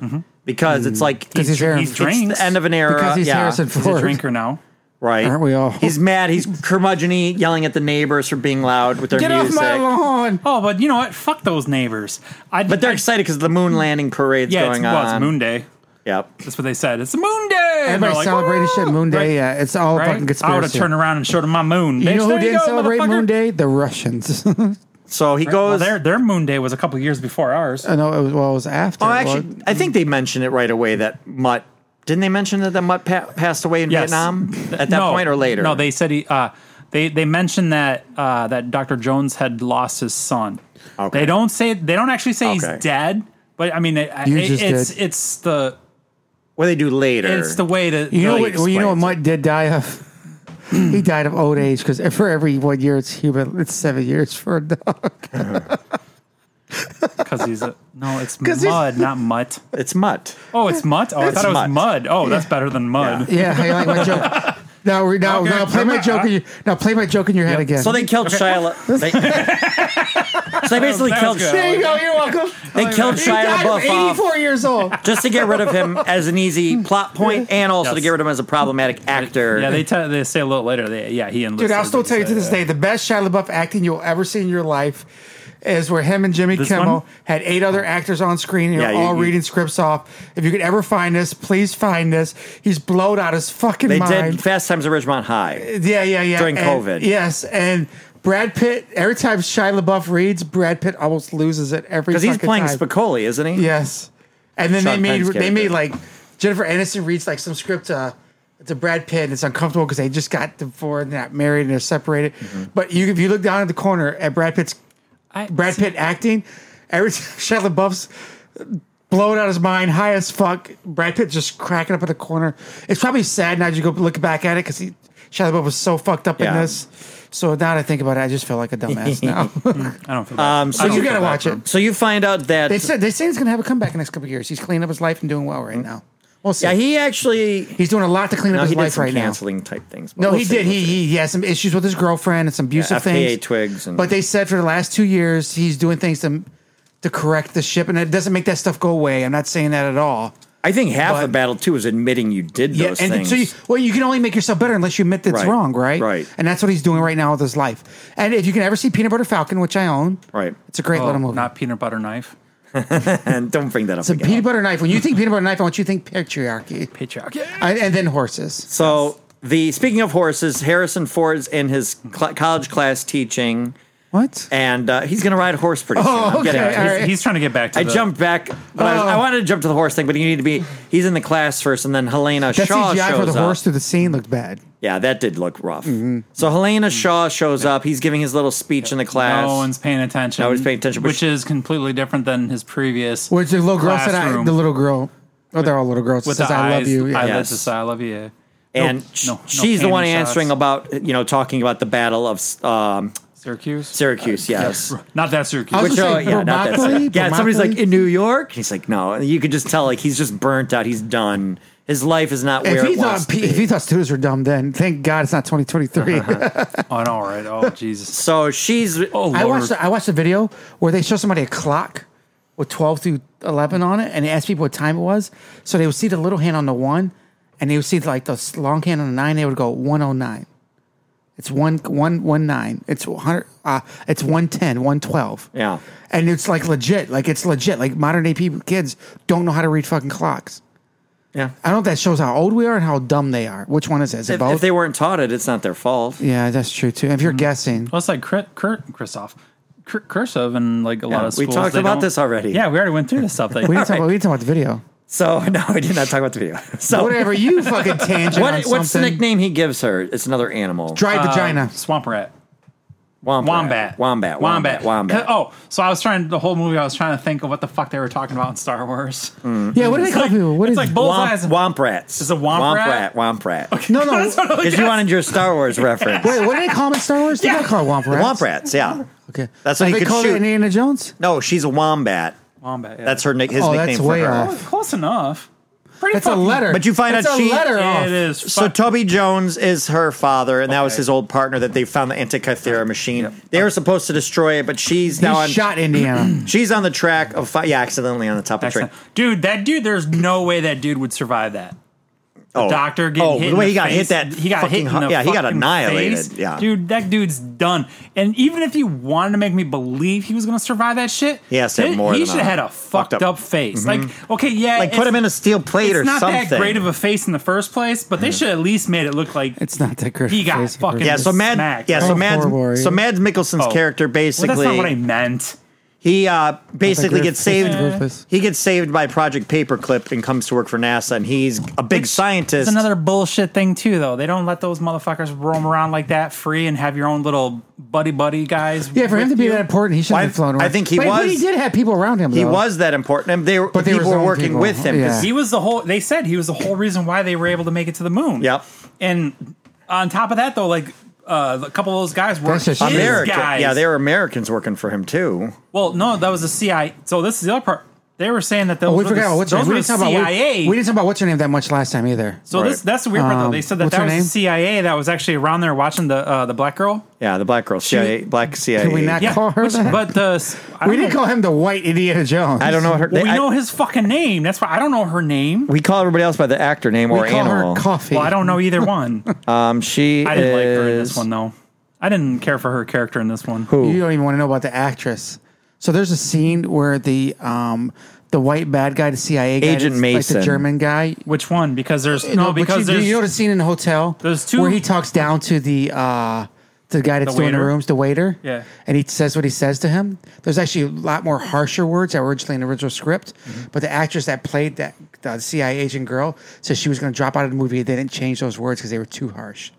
Speaker 3: because it's like
Speaker 5: Because Mm. he's
Speaker 3: it's
Speaker 5: Aaron
Speaker 4: he's drinking.
Speaker 3: the end of an era.
Speaker 5: Because he's
Speaker 3: yeah.
Speaker 5: Harrison
Speaker 4: He's a
Speaker 5: Ford.
Speaker 4: drinker now.
Speaker 3: Right.
Speaker 5: Aren't we all?
Speaker 3: He's mad. He's curmudgeony, yelling at the neighbors for being loud with their
Speaker 5: Get off
Speaker 3: music.
Speaker 5: my lawn.
Speaker 4: Oh, but you know what? Fuck those neighbors. I,
Speaker 3: But they're
Speaker 4: I-
Speaker 3: excited because the moon landing parade's
Speaker 4: yeah,
Speaker 3: going
Speaker 4: it's, well,
Speaker 3: on.
Speaker 4: it's Moon Day.
Speaker 3: Yep.
Speaker 4: That's what they said. It's Moon Day. And they're
Speaker 5: Everybody
Speaker 4: like,
Speaker 5: celebrated shit
Speaker 4: "Woo!"
Speaker 5: Moon Day.
Speaker 4: Right?
Speaker 5: Yeah, it's all fucking
Speaker 4: Right? I would have
Speaker 5: conspiracy.
Speaker 4: turned around and showed them my moon.
Speaker 5: You
Speaker 4: Bitch,
Speaker 5: know
Speaker 4: there
Speaker 5: who didn't
Speaker 4: go,
Speaker 5: celebrate
Speaker 4: motherfucker.
Speaker 5: Moon Day? The Russians.
Speaker 3: So he
Speaker 4: Well,
Speaker 3: goes.
Speaker 4: their their Moon Day was a couple years before ours.
Speaker 5: I know it was well, it was after.
Speaker 3: oh, actually, I think they mentioned it right away that Mutt. Didn't they mention that, that Mutt pa- passed away in
Speaker 4: Yes.
Speaker 3: Vietnam at that
Speaker 4: No.
Speaker 3: point or later?
Speaker 4: No, they said he. Uh, they they mentioned that uh, that Dr. Jones had lost his son.
Speaker 3: Okay.
Speaker 4: They don't say they don't actually say
Speaker 3: Okay.
Speaker 4: he's dead, but I mean, it,
Speaker 5: You
Speaker 4: it-
Speaker 5: just
Speaker 4: it's
Speaker 5: did. Er.
Speaker 4: it's the
Speaker 3: What they do later?
Speaker 4: it's the way to
Speaker 5: you know
Speaker 3: Billy
Speaker 5: what? Well, you know what
Speaker 3: explains
Speaker 5: Mutt did die of. he died of old age because for every one year it's human, it's seven years for a dog.
Speaker 4: because he's a no, it's
Speaker 5: 'Cause he's-
Speaker 4: mud, not mutt.
Speaker 3: It's Mutt.
Speaker 4: Oh, it's mutt. Oh, I thought it was
Speaker 3: Mutt.
Speaker 4: mud. Oh, that's better than mud.
Speaker 5: Yeah, I like my joke. Now, we- now,
Speaker 4: Okay,
Speaker 5: now, play my
Speaker 4: remember-
Speaker 5: joke. In your, now, play my joke in your head again.
Speaker 3: So they killed Shia. La- they, so they basically
Speaker 4: That
Speaker 3: killed.
Speaker 4: was good.
Speaker 5: there you go. You're welcome.
Speaker 3: They killed
Speaker 5: he
Speaker 3: Shia
Speaker 5: died of
Speaker 3: LaBeouf off
Speaker 5: 84 years old.
Speaker 3: just to get rid of him as an easy plot point, and also to
Speaker 4: Yes.
Speaker 3: get rid of him as a problematic actor.
Speaker 4: Yeah, they tell they say a little later. They, yeah, he enlisted.
Speaker 5: Dude, I'll still
Speaker 4: They
Speaker 5: tell you to
Speaker 4: say
Speaker 5: this
Speaker 4: that.
Speaker 5: day, the best Shia LaBeouf acting you'll ever see in your life is where him and Jimmy
Speaker 4: This
Speaker 5: Kimmel
Speaker 4: one?
Speaker 5: had eight other actors on screen and
Speaker 3: Yeah,
Speaker 5: you're all
Speaker 3: you- you-
Speaker 5: reading scripts off. If you could ever find this, please find this. He's blowed out his fucking
Speaker 3: They
Speaker 5: mind.
Speaker 3: did Fast Times at Ridgemont High.
Speaker 5: yeah, yeah, yeah.
Speaker 3: during
Speaker 5: And-
Speaker 3: COVID.
Speaker 5: Yes, and Brad Pitt. Every time Shia LaBeouf reads, Brad Pitt almost loses it every
Speaker 3: Because he's
Speaker 5: fucking
Speaker 3: playing
Speaker 5: time.
Speaker 3: Spicoli, isn't he?
Speaker 5: Yes. And then
Speaker 3: Sean
Speaker 5: they made
Speaker 3: Penn's
Speaker 5: they made
Speaker 3: character.
Speaker 5: like Jennifer Aniston reads like some script to to Brad Pitt. And it's uncomfortable because they just got divorced, and got married, and they're separated.
Speaker 4: Mm-hmm.
Speaker 5: But you if you look down at the corner at Brad Pitt's
Speaker 4: I,
Speaker 5: Brad Pitt acting, every time Shia LaBeouf's blowing out his mind, high as fuck. Brad Pitt just cracking up at the corner. It's probably sad now that you go look back at it because he Shia LaBeouf was so fucked up in
Speaker 3: Yeah.
Speaker 5: this. So now that I think about it, I just feel like a dumbass now.
Speaker 4: I don't feel bad.
Speaker 3: Um, so
Speaker 4: I don't
Speaker 5: you
Speaker 4: feel
Speaker 5: gotta
Speaker 4: bad
Speaker 5: watch
Speaker 4: for
Speaker 5: it.
Speaker 4: him.
Speaker 3: So you find out that
Speaker 5: They said they say he's gonna have a comeback in the next couple of years. He's cleaning up his life and doing well right now. We'll see.
Speaker 3: Hmm. yeah, he actually
Speaker 5: he's doing a lot to clean up
Speaker 3: no,
Speaker 5: his
Speaker 3: he did
Speaker 5: life
Speaker 3: some
Speaker 5: right now.
Speaker 3: canceling type things. but
Speaker 5: No,
Speaker 3: we'll
Speaker 5: he
Speaker 3: see,
Speaker 5: did.
Speaker 3: we'll see.
Speaker 5: He, he he has some issues with his girlfriend and some abusive
Speaker 3: Yeah,
Speaker 5: things.
Speaker 3: FKA twigs and-
Speaker 5: but they said for the last two years he's doing things to to correct the ship, and it doesn't make that stuff go away. I'm not saying that at all.
Speaker 3: I think half
Speaker 5: but-
Speaker 3: the battle too is admitting you did those
Speaker 5: and
Speaker 3: things.
Speaker 5: so you, well, you can only make yourself better unless you admit that's
Speaker 3: Right,
Speaker 5: wrong, right?
Speaker 3: right.
Speaker 5: And that's what he's doing right now with his life. And if you can ever see Peanut Butter Falcon, which I own,
Speaker 3: Right.
Speaker 5: it's a great
Speaker 4: Oh,
Speaker 5: little movie.
Speaker 4: not peanut butter knife.
Speaker 3: and don't bring that up
Speaker 5: it's a
Speaker 3: again.
Speaker 5: peanut butter knife. When you think peanut butter knife, I want you to think patriarchy,
Speaker 4: Patriarchy.
Speaker 5: I, and then horses.
Speaker 3: so the speaking of horses, Harrison Ford's in his cl- college class teaching,
Speaker 5: What?
Speaker 3: and uh, he's going to ride a horse pretty soon.
Speaker 5: Oh,
Speaker 3: I'm getting to
Speaker 5: okay,
Speaker 3: it.
Speaker 5: all right.
Speaker 4: He's, he's trying to get back to
Speaker 3: I
Speaker 4: the,
Speaker 3: jumped back, but I, was, I
Speaker 5: Oh.
Speaker 3: wanted to jump to the horse thing. But you need to be—he's in the class first, and then Helena
Speaker 5: That
Speaker 3: Shaw
Speaker 5: CGI
Speaker 3: shows
Speaker 5: for the
Speaker 3: up.
Speaker 5: horse through the scene looked bad.
Speaker 3: Yeah, that did look rough. So Helena Shaw shows up. He's giving his little speech in the class.
Speaker 4: No one's paying attention.
Speaker 3: Nobody's paying attention, but
Speaker 4: which
Speaker 3: she-
Speaker 4: is completely different than his previous.
Speaker 5: Which the little girl said, I,
Speaker 4: classroom
Speaker 5: the little girl, oh, they're all little girls.
Speaker 4: with
Speaker 5: says,
Speaker 4: the
Speaker 5: I
Speaker 4: eyes,
Speaker 5: love you. Yeah.
Speaker 4: eyelids
Speaker 3: Yes.
Speaker 4: to say, I love you.
Speaker 3: and
Speaker 4: No,
Speaker 3: sh-
Speaker 4: no, no
Speaker 3: she's the one
Speaker 4: panning shots.
Speaker 3: answering about you know talking about the battle of um,
Speaker 4: Syracuse.
Speaker 3: Syracuse. yes.
Speaker 4: Not that Syracuse.
Speaker 5: I was
Speaker 3: Which,
Speaker 5: gonna
Speaker 3: oh,
Speaker 5: say,
Speaker 3: yeah, not that.
Speaker 5: Bermockley?
Speaker 3: Yeah, somebody's like
Speaker 5: Bermockley?
Speaker 3: in New York. He's like, no, you could just tell like he's just burnt out. He's done. His life is not where
Speaker 5: If he,
Speaker 3: it wants
Speaker 5: thought,
Speaker 3: to be.
Speaker 5: if he thought students were dumb, then thank God it's not 2023.
Speaker 4: Oh, no, all right. Oh, Jesus.
Speaker 3: so she's
Speaker 4: Oh,
Speaker 5: I
Speaker 4: Lord.
Speaker 5: watched the, I watched a video where they show somebody a clock with 12 through 11 on it, and they asked people what time it was. So they would see the little hand on the one, and they would see like the s- long hand on the nine. They would go 109. It's one one one nine. It's 100. Uh, it's 110. 112.
Speaker 3: Yeah.
Speaker 5: and it's like legit. Like it's legit. Like modern day people, kids don't know how to read fucking clocks.
Speaker 3: yeah.
Speaker 5: I don't know if that shows how old we are and how dumb they are. Which one is it? Is it
Speaker 3: If,
Speaker 5: both?
Speaker 3: if they weren't taught it, it's not their fault.
Speaker 5: yeah, that's true too. If you're guessing,
Speaker 4: Well, it's like Kurt, Kurt Kristoff, Kurt, Kursev, and like a lot
Speaker 3: Yeah,
Speaker 4: of
Speaker 3: we
Speaker 4: schools.
Speaker 3: talked
Speaker 4: they
Speaker 3: about
Speaker 4: don't-
Speaker 3: this already.
Speaker 4: Yeah, we already went through this stuff. Like,
Speaker 5: we didn't, talk
Speaker 3: right.
Speaker 5: about, we didn't talk about the video.
Speaker 3: So no, we did not talk about the video. So
Speaker 5: Whatever you fucking tangent.
Speaker 3: What- what's
Speaker 5: on
Speaker 3: the Uh,
Speaker 5: something.
Speaker 3: nickname he gives her? It's another animal.
Speaker 5: Dry vagina.
Speaker 4: uh, Swamp Rat.
Speaker 3: Wombat.
Speaker 4: Wombat.
Speaker 3: Wombat. Wombat. Wombat.
Speaker 4: Oh, so I was trying the whole movie. I was trying to think of what the fuck they were talking about in Star Wars.
Speaker 3: Mm.
Speaker 5: Yeah, what do they call people? What
Speaker 4: it's
Speaker 5: is
Speaker 4: like
Speaker 3: Womp,
Speaker 4: bullseyes.
Speaker 3: womp rats. Is
Speaker 4: it womp rat?
Speaker 3: Womp rat. Because
Speaker 5: no, no.
Speaker 4: That's what I was
Speaker 3: you wanted your Star Wars reference.
Speaker 5: Wait, what do they call them in Star Wars? They yeah. call it womp
Speaker 3: Womp
Speaker 5: rats.
Speaker 3: rats. Yeah.
Speaker 5: Okay,
Speaker 3: That's what
Speaker 5: Like
Speaker 3: he
Speaker 5: they
Speaker 3: could
Speaker 5: call
Speaker 3: shoot.
Speaker 5: it Indiana Jones.
Speaker 3: No, she's a wombat.
Speaker 4: Wombat. yeah.
Speaker 3: That's her nick. His
Speaker 5: Oh, that's
Speaker 3: nickname for
Speaker 5: way
Speaker 3: her.
Speaker 5: off.
Speaker 4: close enough. Pretty
Speaker 5: That's a
Speaker 4: fucking-
Speaker 5: letter.
Speaker 3: But you find
Speaker 5: That's
Speaker 3: out
Speaker 5: a
Speaker 3: she-
Speaker 5: letter off.
Speaker 4: It is.
Speaker 3: So
Speaker 4: fuck-
Speaker 3: Toby Jones is her father, and that was
Speaker 4: Okay.
Speaker 3: his old partner that they found the Antikythera machine. They were supposed to destroy it, but she's
Speaker 5: He
Speaker 3: now on.
Speaker 5: shot Indiana.
Speaker 3: She's on the track of fi- yeah, accidentally on the top of the train.
Speaker 4: Excellent. Dude, that dude, there's no way that dude would survive that.
Speaker 3: Oh,
Speaker 4: Doctor getting
Speaker 3: oh,
Speaker 4: hit.
Speaker 3: the way
Speaker 4: in
Speaker 3: he got hit
Speaker 4: face.
Speaker 3: that
Speaker 4: he got
Speaker 3: fucking
Speaker 4: hit.
Speaker 3: hu-
Speaker 4: in the
Speaker 3: yeah, he got
Speaker 4: fucking
Speaker 3: annihilated.
Speaker 4: face.
Speaker 3: Yeah.
Speaker 4: dude, that dude's done. And even if you wanted to make me believe he was going to survive that shit,
Speaker 3: He has to have
Speaker 4: th-
Speaker 3: more
Speaker 4: He
Speaker 3: than
Speaker 4: should
Speaker 3: a-
Speaker 4: have had a fucked
Speaker 3: up- Mm-hmm.
Speaker 4: up, face. Like, okay, yeah,
Speaker 3: Like, put
Speaker 4: it's-
Speaker 3: him in a steel plate
Speaker 4: it's
Speaker 3: or
Speaker 4: not
Speaker 3: something. Mm.
Speaker 4: that great of a face in the first place, but they should at least made it look like
Speaker 5: It's not that great.
Speaker 4: He
Speaker 5: of a
Speaker 4: got
Speaker 5: face.
Speaker 4: fucking-
Speaker 3: Yeah, so Mad,
Speaker 4: smacked,
Speaker 3: yeah, so
Speaker 5: right?
Speaker 3: Mads,
Speaker 5: Horrible, right?
Speaker 3: so Mads Mikkelsen's
Speaker 4: Oh.
Speaker 3: character
Speaker 4: Well, that's
Speaker 3: basically,
Speaker 4: not what I meant.
Speaker 3: he uh, basically
Speaker 5: Like,
Speaker 3: gets
Speaker 5: great
Speaker 3: saved.
Speaker 5: purpose.
Speaker 3: He gets saved by Project Paperclip and comes to work for NASA, and he's a big scientist.
Speaker 4: It's another bullshit thing too, though. They don't let those motherfuckers roam around like that free and have your own little buddy buddy guys.
Speaker 5: Yeah, for
Speaker 4: with
Speaker 5: him to be
Speaker 4: you.
Speaker 5: that important, he should
Speaker 3: Why-
Speaker 5: have flown around.
Speaker 3: I think he
Speaker 5: but, But he
Speaker 3: was-
Speaker 5: did have people around him.
Speaker 3: he
Speaker 5: though.
Speaker 3: was that important, and they were
Speaker 5: But they were
Speaker 3: people
Speaker 5: his
Speaker 3: were
Speaker 5: own
Speaker 3: working
Speaker 5: people.
Speaker 3: with him. 'cause
Speaker 5: Yeah.
Speaker 4: He was the whole. They said he was the whole reason why they were able to make it to the moon.
Speaker 3: Yep.
Speaker 4: And on top of that, though, like uh, a couple of those guys were
Speaker 5: That's
Speaker 4: his
Speaker 5: just
Speaker 3: he- American,
Speaker 4: guys.
Speaker 3: yeah, they were Americans working for him too.
Speaker 4: Well, no, that was the CIA. So this is the other part. They were saying that those
Speaker 5: Oh, we
Speaker 4: were the-
Speaker 5: forgot about what's her
Speaker 4: those
Speaker 5: name. We
Speaker 4: were
Speaker 5: didn't talk about
Speaker 4: CIA.
Speaker 5: we, we didn't talk about what's her name that much last time either.
Speaker 4: so this
Speaker 3: Right.
Speaker 4: that's the weird part though. They said that
Speaker 5: what's
Speaker 4: that
Speaker 5: her
Speaker 4: was
Speaker 5: name?
Speaker 4: the CIA that was actually around there watching the uh, the black girl.
Speaker 3: Yeah, the black girl, CIA, black CIA.
Speaker 5: Can we not
Speaker 4: Yeah,
Speaker 5: call her
Speaker 4: which-
Speaker 5: that?
Speaker 4: but the I
Speaker 5: we
Speaker 4: don't
Speaker 5: didn't
Speaker 4: know-
Speaker 5: call him the white Indiana Jones.
Speaker 3: I don't know her.
Speaker 4: Well, we
Speaker 3: I-
Speaker 4: know his fucking name. That's why I don't know her name.
Speaker 3: we call everybody else by the actor name
Speaker 5: We
Speaker 3: or
Speaker 5: call
Speaker 3: animal.
Speaker 5: her coffee.
Speaker 4: Well, I don't know either one.
Speaker 3: um, she
Speaker 4: I didn't like her in
Speaker 3: is-
Speaker 4: this one though. I didn't care for her character in this one.
Speaker 5: You don't even want to know about the actress. So there's a scene where the um the white bad guy, the CIA guy,
Speaker 3: Agent
Speaker 5: that's
Speaker 3: Mason.
Speaker 5: like the German guy.
Speaker 4: Which one? Because there's no,
Speaker 5: but
Speaker 4: because
Speaker 5: you, do
Speaker 4: there's
Speaker 5: you know the scene in the hotel.
Speaker 4: there's two-
Speaker 5: where he talks down to the uh to the guy that's
Speaker 4: The
Speaker 5: doing the
Speaker 4: waiter?
Speaker 5: rooms, the waiter,
Speaker 4: Yeah.
Speaker 5: and he says what he says to him. There's actually a lot more harsher words that were originally in the original script,
Speaker 4: Mm-hmm.
Speaker 5: but the actress that played that the CIA agent girl said she was going to drop out of the movie. They didn't change those words because they were too harsh.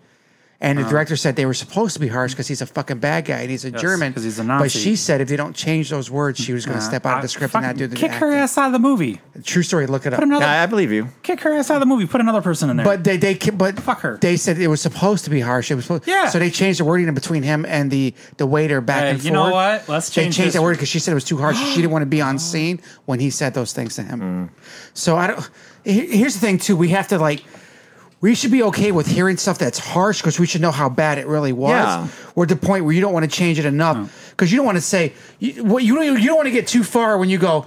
Speaker 5: And the
Speaker 4: Oh.
Speaker 5: director said they were supposed to be harsh because he's a fucking bad guy and he's a German.
Speaker 4: 'cause he's a
Speaker 5: But
Speaker 4: Nazi.
Speaker 5: she said if they don't change those words, she was going to step out of the script and not do the
Speaker 4: kick her
Speaker 5: acting.
Speaker 4: ass out of the movie.
Speaker 5: True story. Look it up.
Speaker 4: Put another,
Speaker 3: I, I believe you.
Speaker 4: kick her ass out of the movie. Put another person in there.
Speaker 5: But they they ki- but
Speaker 4: Fuck her.
Speaker 5: They said it was supposed to be harsh. It was supposed,
Speaker 4: Yeah.
Speaker 5: So they changed the wording in between him and the the waiter back
Speaker 4: Hey,
Speaker 5: and forth.
Speaker 4: you know what? Let's
Speaker 5: they
Speaker 4: change
Speaker 5: changed that
Speaker 4: this.
Speaker 5: word because she said it was too harsh. she didn't want to be on scene when he said those things to him. So I don't. he- Here's the thing too. We have to like. We should be okay with hearing stuff that's harsh because we should know how bad it really was.
Speaker 3: Yeah.
Speaker 5: We're at the point where you don't want to change it enough because you don't want to say you, what you don't you don't want to get too far when you go.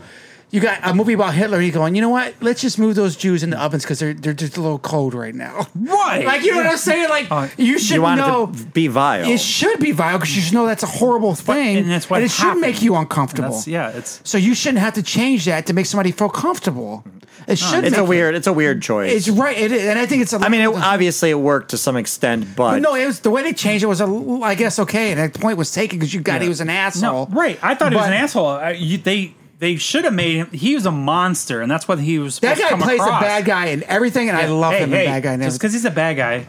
Speaker 5: You got a movie about Hitler. and You going, you know what? Let's just move those Jews in the ovens because they're they're just a little cold right now.
Speaker 4: Right.
Speaker 5: Like you know what I'm saying? Like
Speaker 4: Oh.
Speaker 5: you should
Speaker 3: Uh, You want
Speaker 5: know
Speaker 3: it to be vile.
Speaker 5: it should be vile because you should know that's a horrible thing,
Speaker 4: and that's what
Speaker 5: it should
Speaker 4: happened.
Speaker 5: make you
Speaker 4: And
Speaker 5: uncomfortable.
Speaker 4: that's, yeah, it's
Speaker 5: So you shouldn't have to change that to make somebody feel comfortable. It should.
Speaker 3: it's
Speaker 5: make
Speaker 3: a
Speaker 5: you-
Speaker 3: weird. It's a weird choice.
Speaker 5: It's right. It is, and I think it's. A,
Speaker 3: I mean, it, obviously it worked to some extent, but
Speaker 5: no, it was the way they changed it was a. I guess okay, and the point was taken because you got he was an asshole.
Speaker 4: No, right. I thought he was
Speaker 5: But
Speaker 4: an asshole. I, you, they they should have made him. He was a monster, and that's what he was.
Speaker 5: That
Speaker 4: supposed to
Speaker 5: guy
Speaker 4: come
Speaker 5: plays
Speaker 4: across.
Speaker 5: a bad guy in everything, and I love
Speaker 4: Hey,
Speaker 5: him.
Speaker 4: hey,
Speaker 5: in bad guy. in
Speaker 4: Just
Speaker 5: everything.
Speaker 4: because he's a bad guy.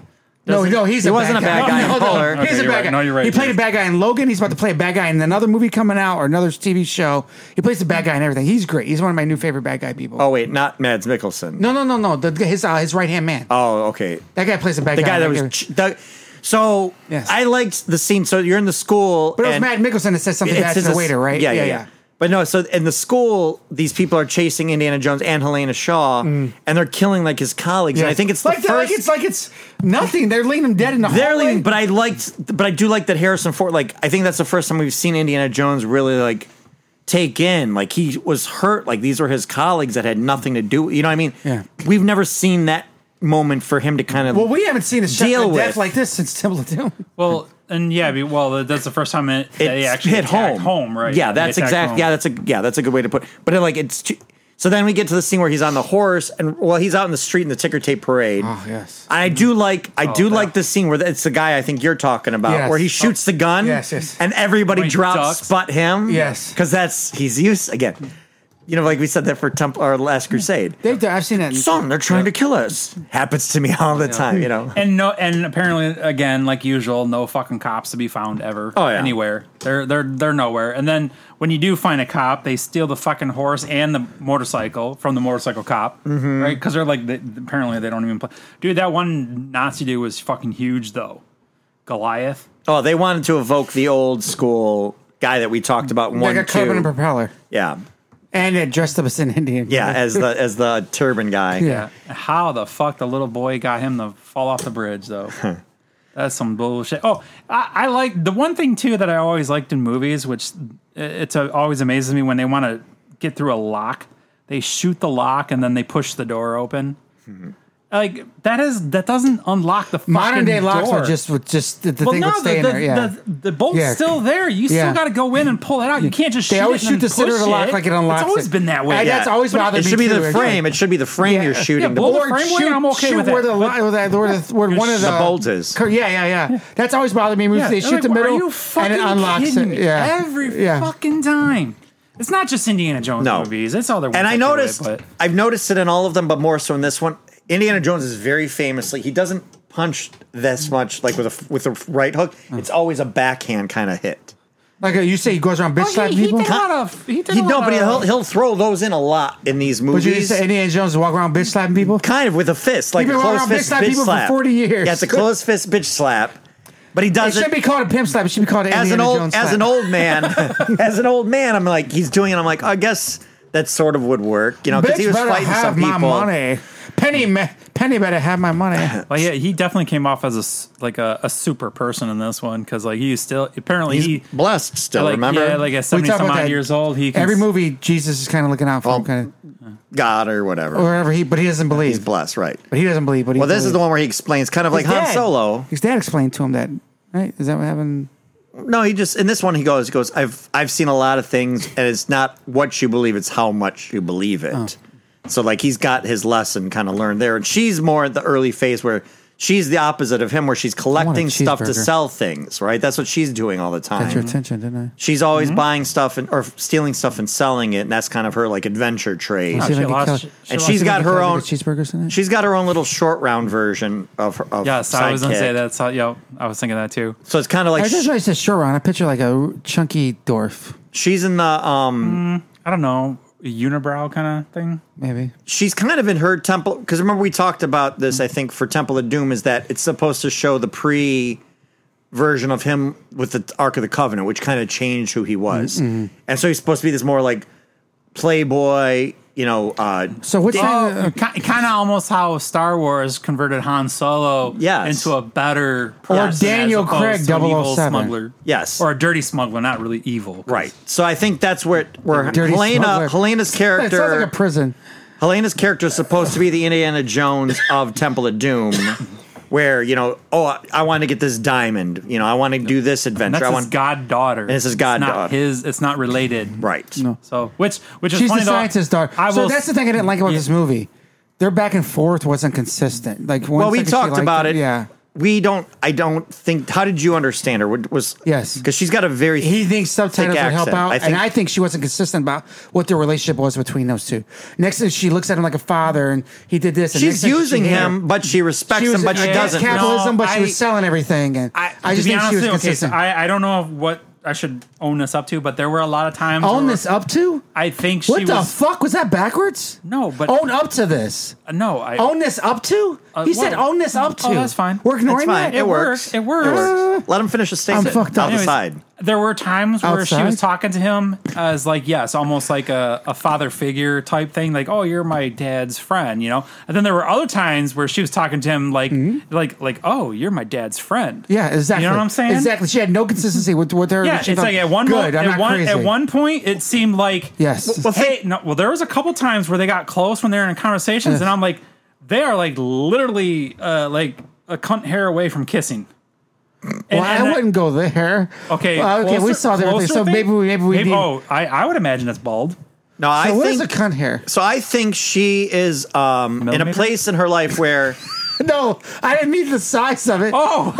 Speaker 5: No,
Speaker 4: doesn't-
Speaker 5: no, he's
Speaker 3: He
Speaker 5: a
Speaker 3: wasn't
Speaker 5: bad
Speaker 3: a bad guy in
Speaker 5: No, no,
Speaker 3: Polar.
Speaker 5: he's
Speaker 4: Okay,
Speaker 5: a
Speaker 4: you're
Speaker 5: bad
Speaker 4: right.
Speaker 5: guy.
Speaker 4: No, you're right,
Speaker 5: He played
Speaker 4: James.
Speaker 5: a bad guy in Logan. He's about to play a bad guy in another movie coming out or another TV show. He plays a bad guy in everything. He's great. He's one of my new favorite bad guy people.
Speaker 3: oh wait, not Mads Mikkelsen.
Speaker 5: No, no, no, no. The, his uh, his right hand man.
Speaker 3: Oh, okay.
Speaker 5: that guy plays a bad
Speaker 3: The
Speaker 5: guy.
Speaker 3: guy that was
Speaker 5: Like,
Speaker 3: ch- the, so
Speaker 5: Yes.
Speaker 3: I liked the scene. So you're in the school,
Speaker 5: But it was
Speaker 3: and
Speaker 5: Matt Mickelson that said something
Speaker 3: it's
Speaker 5: bad to
Speaker 3: in
Speaker 5: the
Speaker 3: this-
Speaker 5: waiter, right?
Speaker 3: Yeah yeah, yeah, But no, so in the school, these people are chasing Indiana Jones and Helena Shaw, and they're killing like his colleagues. And I think it's the
Speaker 5: Mm. like,
Speaker 3: first.
Speaker 5: like it's like it's nothing. They're laying him dead in the
Speaker 3: they're
Speaker 5: hallway.
Speaker 3: leaving, but I liked, but I do like that Harrison Ford. Like, I think that's the first time we've seen Indiana Jones really like take in. Like, he was hurt. Like, these were his colleagues that had nothing to do. You know what I mean?
Speaker 5: Yeah.
Speaker 3: We've never seen that moment for him to kind of.
Speaker 5: well, we haven't seen a shot
Speaker 3: Deal
Speaker 5: to death
Speaker 3: with.
Speaker 5: like this since Temple of Doom.
Speaker 4: Well, and yeah, be- well, that's the first time it, that he
Speaker 3: It's
Speaker 4: actually
Speaker 3: hit
Speaker 4: attacked
Speaker 3: home,
Speaker 4: home, right?
Speaker 3: Yeah,
Speaker 4: He
Speaker 3: that's
Speaker 4: attacked
Speaker 3: exactly.
Speaker 4: home.
Speaker 3: Yeah, that's a yeah, that's a good way to put. It. But it, like, it's too, so then we get to the scene where he's on the horse, and well, he's out in the street in the ticker tape parade.
Speaker 5: Oh, yes.
Speaker 3: I do like I do
Speaker 4: that-
Speaker 3: like the scene where it's the guy I think you're talking about,
Speaker 5: Yes. Oh,
Speaker 3: where he shoots the gun,
Speaker 5: Yes, yes.
Speaker 3: and everybody
Speaker 4: When he
Speaker 3: drops
Speaker 4: ducks.
Speaker 3: but him,
Speaker 5: Yes.
Speaker 3: because that's he's used again. You know, like we said that for Temple or Last Crusade.
Speaker 5: They've done- I've seen that. In,
Speaker 3: Son, they're trying to kill us. Happens to me all the time. You know.
Speaker 4: And no, and apparently, again, like usual, no fucking cops to be found ever.
Speaker 3: Oh, yeah.
Speaker 4: anywhere. They're they're they're nowhere. And then when you do find a cop, they steal the fucking horse and the motorcycle from the motorcycle cop,
Speaker 3: Mm-hmm.
Speaker 4: right? Because they're like, they, apparently, they don't even play. Dude, that one Nazi dude was fucking huge though. Goliath.
Speaker 3: Oh, they wanted to evoke the old school guy that we talked about. in
Speaker 5: like
Speaker 3: One,
Speaker 5: a carbon and
Speaker 3: two,
Speaker 5: propeller,
Speaker 3: yeah.
Speaker 5: and it dressed up as an Indian.
Speaker 3: Yeah, as the as the turban guy.
Speaker 5: yeah.
Speaker 4: How the fuck the little boy got him to fall off the bridge though? That's some bullshit. Oh, I, I like the one thing too that I always liked in movies, which i- it's uh always amazes me when they want to get through a lock. They shoot the lock and then they push the door open. Like that is that doesn't unlock the
Speaker 5: Mm-hmm. Modern
Speaker 4: fucking
Speaker 5: day locks
Speaker 4: door.
Speaker 5: would just would just the, the
Speaker 4: well,
Speaker 5: thing
Speaker 4: no,
Speaker 5: would stay
Speaker 4: the,
Speaker 5: in
Speaker 4: the,
Speaker 5: there. Yeah.
Speaker 4: the, the bolt's
Speaker 5: Yeah.
Speaker 4: still there. You
Speaker 5: Yeah.
Speaker 4: still got to go in and pull it out. You can't just.
Speaker 5: They
Speaker 4: shoot
Speaker 5: always
Speaker 4: it
Speaker 5: shoot
Speaker 4: and
Speaker 5: the center of the
Speaker 4: push
Speaker 5: lock
Speaker 4: it.
Speaker 5: like it unlocks
Speaker 4: It's always
Speaker 5: it.
Speaker 4: been that way.
Speaker 5: I- that's always
Speaker 4: But it-
Speaker 5: bothered
Speaker 3: It
Speaker 5: me
Speaker 3: should be
Speaker 5: too,
Speaker 3: the
Speaker 5: again.
Speaker 3: frame. It should be the frame
Speaker 5: Yeah.
Speaker 3: you're shooting.
Speaker 4: Yeah,
Speaker 3: the
Speaker 4: both
Speaker 5: Oh,
Speaker 3: ball.
Speaker 4: are framework, I'm okay
Speaker 5: shoot
Speaker 4: with
Speaker 5: where
Speaker 4: it,
Speaker 5: The,
Speaker 4: but-
Speaker 5: li- where the, where the, where one of
Speaker 3: sh-
Speaker 5: the,
Speaker 3: the bolt is.
Speaker 5: Cor- Yeah, yeah, yeah. That's always bothered me. Movies,
Speaker 4: Yeah,
Speaker 5: they
Speaker 4: they're
Speaker 5: shoot
Speaker 4: like,
Speaker 5: the middle
Speaker 4: Are you
Speaker 5: and
Speaker 4: fucking
Speaker 5: it unlocks
Speaker 4: kidding
Speaker 5: it.
Speaker 4: me?
Speaker 5: Yeah,
Speaker 4: Every
Speaker 5: yeah.
Speaker 4: fucking time. It's not just Indiana Jones
Speaker 3: No.
Speaker 4: movies. It's all their.
Speaker 3: and I noticed,
Speaker 4: but
Speaker 3: I've noticed it in all of them, but more so in this one. Indiana Jones is very famously he doesn't punch this much, like with a with a right hook.
Speaker 5: Hmm.
Speaker 3: It's always a backhand kind of hit.
Speaker 5: Like uh, you say, he goes around bitch
Speaker 4: Well,
Speaker 5: slapping
Speaker 4: he, he did a
Speaker 5: people.
Speaker 4: lot of. He did
Speaker 3: He
Speaker 4: a lot
Speaker 3: no, but
Speaker 4: of,
Speaker 3: he'll he'll throw those in a lot in these
Speaker 5: Would
Speaker 3: movies.
Speaker 5: you just say Indiana Jones walk around bitch slapping people?
Speaker 3: kind of with a fist, like
Speaker 5: been
Speaker 3: a
Speaker 5: walking
Speaker 3: closed
Speaker 5: around bitch
Speaker 3: fist
Speaker 5: slapping
Speaker 3: bitch
Speaker 5: people for
Speaker 3: slap.
Speaker 5: 40 years.
Speaker 3: Yeah, it's a closed fist bitch slap. But he
Speaker 5: It
Speaker 3: does
Speaker 5: should
Speaker 3: it
Speaker 5: be called a pimp slap. It should be called an
Speaker 3: as an
Speaker 5: Indiana
Speaker 3: old
Speaker 5: Jones
Speaker 3: as
Speaker 5: slap.
Speaker 3: an old man as an old man i'm like he's doing it i'm like i guess that sort of would work you know because
Speaker 5: Bitch
Speaker 3: he was
Speaker 5: better
Speaker 3: fighting
Speaker 5: have
Speaker 3: some
Speaker 5: my
Speaker 3: people
Speaker 5: money. Penny, me- Penny better have my money.
Speaker 4: Well, yeah, he definitely came off as a s- like a, a super person in this one because like he was still apparently
Speaker 3: he's
Speaker 4: he
Speaker 3: blessed still
Speaker 4: like,
Speaker 3: remember
Speaker 4: yeah, like a
Speaker 5: We
Speaker 4: seventy
Speaker 5: talk
Speaker 4: some
Speaker 5: about
Speaker 4: odd
Speaker 5: that.
Speaker 4: years old. He can
Speaker 5: every
Speaker 4: s-
Speaker 5: movie Jesus is kind of looking out for him,
Speaker 3: Oh.
Speaker 5: kind
Speaker 3: god or whatever
Speaker 5: of wherever he, but he doesn't believe.
Speaker 3: he's blessed right
Speaker 5: But he doesn't believe. But he
Speaker 3: well this is
Speaker 5: believes.
Speaker 3: the one where he explains kind of like
Speaker 5: His
Speaker 3: han
Speaker 5: dad-
Speaker 3: solo
Speaker 5: His dad explained to him that, right? Is that what happened?
Speaker 3: no he just in this one he goes he goes i've i've seen a lot of things and it's not what you believe it's how much you
Speaker 4: Oh.
Speaker 3: believe it so like he's got his lesson kind of learned there and she's more at the early phase where she's the opposite of him, where she's collecting stuff to
Speaker 5: cheeseburger.
Speaker 3: sell things. Right, that's what she's doing all the time.
Speaker 5: Got your attention, didn't I?
Speaker 3: She's always
Speaker 4: Mm-hmm.
Speaker 3: buying stuff and or stealing stuff and selling it, and that's kind of her like adventure trade.
Speaker 4: Oh,
Speaker 5: See if
Speaker 4: she
Speaker 5: I can
Speaker 4: lost-
Speaker 5: cut-
Speaker 4: she-
Speaker 5: see
Speaker 4: she
Speaker 3: and
Speaker 4: lost
Speaker 3: she's
Speaker 5: if I
Speaker 3: got
Speaker 5: can
Speaker 3: her
Speaker 5: cut
Speaker 3: own.
Speaker 5: the cheeseburgers in it.
Speaker 3: She's got her own little short round version of her. Of
Speaker 4: Yes, I was gonna say
Speaker 3: Sidekick.
Speaker 4: that. So, yep, I was thinking that too.
Speaker 3: So it's kind of like
Speaker 5: I just
Speaker 3: sh-
Speaker 5: realized this short round. I picture like a chunky dwarf,
Speaker 3: she's in the um.
Speaker 4: I don't know, unibrow kind of thing.
Speaker 5: maybe.
Speaker 3: She's kind of in her temple because remember we talked about this. I think for Temple of Doom is that it's supposed to show the pre version of him with the Ark of the Covenant, which kind of changed who he was,
Speaker 5: Mm-hmm.
Speaker 3: and so he's supposed to be this more like playboy, you know. uh
Speaker 5: So what's
Speaker 4: Oh,
Speaker 5: the,
Speaker 4: kind of almost how Star Wars converted Han Solo
Speaker 3: Yes.
Speaker 4: into a better
Speaker 3: Yes.
Speaker 4: person as
Speaker 5: Daniel
Speaker 4: opposed
Speaker 5: Craig
Speaker 4: to an evil
Speaker 5: 007.
Speaker 4: smuggler.
Speaker 3: Yes.
Speaker 4: or a dirty smuggler, not really evil. 'cause-
Speaker 3: Right, so I think that's where where
Speaker 5: Dirty
Speaker 3: Helena
Speaker 5: smuggler.
Speaker 3: Helena's
Speaker 5: it
Speaker 3: character
Speaker 5: sounds like a prison.
Speaker 3: Helena's character is supposed to be the Indiana Jones of Temple of Doom, where you know, oh, I, I want to get this diamond. You know, I want to do this
Speaker 4: And
Speaker 3: adventure.
Speaker 4: that's
Speaker 3: I
Speaker 4: his
Speaker 3: want
Speaker 4: goddaughter.
Speaker 3: It's his
Speaker 4: It's not
Speaker 3: goddaughter.
Speaker 4: his. It's not related.
Speaker 3: right.
Speaker 4: So which which is
Speaker 5: She's
Speaker 4: funny
Speaker 5: the
Speaker 4: though,
Speaker 5: scientist daughter.
Speaker 4: I
Speaker 5: so
Speaker 4: will.
Speaker 5: that's the thing I didn't like about
Speaker 4: Yeah.
Speaker 5: this movie. Their back and forth wasn't consistent. Like one
Speaker 3: Well, we
Speaker 5: second she
Speaker 3: talked
Speaker 5: liked
Speaker 3: about it.
Speaker 5: Yeah,
Speaker 3: We don't. I don't think. How did you understand her? What was
Speaker 5: Yes.
Speaker 3: because she's got a very.
Speaker 5: he thinks subtitles
Speaker 3: thick
Speaker 5: would help
Speaker 3: accent.
Speaker 5: out,
Speaker 3: I think-
Speaker 5: and I think she wasn't consistent about what the relationship was between those two. Next, thing she looks at him like a father, and he did this. And next
Speaker 3: she's
Speaker 5: thing she
Speaker 3: using
Speaker 5: hit her.
Speaker 3: him, but she respects
Speaker 5: She was
Speaker 3: him, but she
Speaker 4: yeah,
Speaker 3: doesn't.
Speaker 4: Cap-
Speaker 5: capitalism,
Speaker 4: No,
Speaker 5: but she
Speaker 4: I-
Speaker 5: was selling everything, and I,
Speaker 4: I,
Speaker 5: just
Speaker 4: to be
Speaker 5: think
Speaker 4: honest,
Speaker 5: she
Speaker 4: with
Speaker 5: was
Speaker 4: you, okay, so
Speaker 5: consistent.
Speaker 4: I I don't know what I should own this up to, but there were a lot of times.
Speaker 5: Own
Speaker 4: where
Speaker 5: this up to
Speaker 4: I think she
Speaker 5: what the
Speaker 4: was-
Speaker 5: fuck was that backwards?
Speaker 4: No, but-
Speaker 5: own up to this.
Speaker 4: No, I
Speaker 5: Own this up to?
Speaker 4: Uh,
Speaker 5: he said,
Speaker 4: well-
Speaker 5: "Own this up to."
Speaker 4: Oh, that's fine.
Speaker 5: We're ignoring
Speaker 3: It's fine.
Speaker 5: that.
Speaker 3: It,
Speaker 4: It
Speaker 3: works.
Speaker 4: works. It works.
Speaker 3: Let him finish his statement.
Speaker 5: I'm fucked
Speaker 3: I'll
Speaker 5: up. Anyways,
Speaker 3: decide.
Speaker 4: There were times where she
Speaker 5: Outside?
Speaker 4: was talking to him as like, yes, almost like a, a father figure type thing, like, oh, you're my dad's friend, you know. And then there were other times where she was talking to him like, like, like, oh, you're my dad's friend.
Speaker 5: Mm-hmm. Yeah, exactly.
Speaker 4: You know what I'm saying?
Speaker 5: Exactly. She had no consistency with with her.
Speaker 4: Yeah, it's
Speaker 5: she
Speaker 4: like
Speaker 5: thought,
Speaker 4: at one
Speaker 5: good.
Speaker 4: mo-
Speaker 5: I'm
Speaker 4: at
Speaker 5: not
Speaker 4: one
Speaker 5: crazy.
Speaker 4: at one point it seemed like
Speaker 5: Yes.
Speaker 4: Well, hey, no, well, there was a couple times where they got close when they were in conversations, and I'm like, they are like literally uh, like a cunt hair away from kissing. And- and
Speaker 5: well, I wouldn't go there.
Speaker 4: Okay,
Speaker 5: Well, okay, we
Speaker 4: closer-
Speaker 5: saw that.
Speaker 4: closer
Speaker 5: So
Speaker 4: thing?
Speaker 5: maybe we maybe we need.
Speaker 4: Oh, I, I would imagine that's bald.
Speaker 3: No, I
Speaker 5: so
Speaker 3: think
Speaker 5: what is a cunt hair?
Speaker 3: so. I think she is um, in a
Speaker 4: Millimeter?
Speaker 3: place in her life where.
Speaker 5: No, I didn't mean the size of it.
Speaker 4: Oh,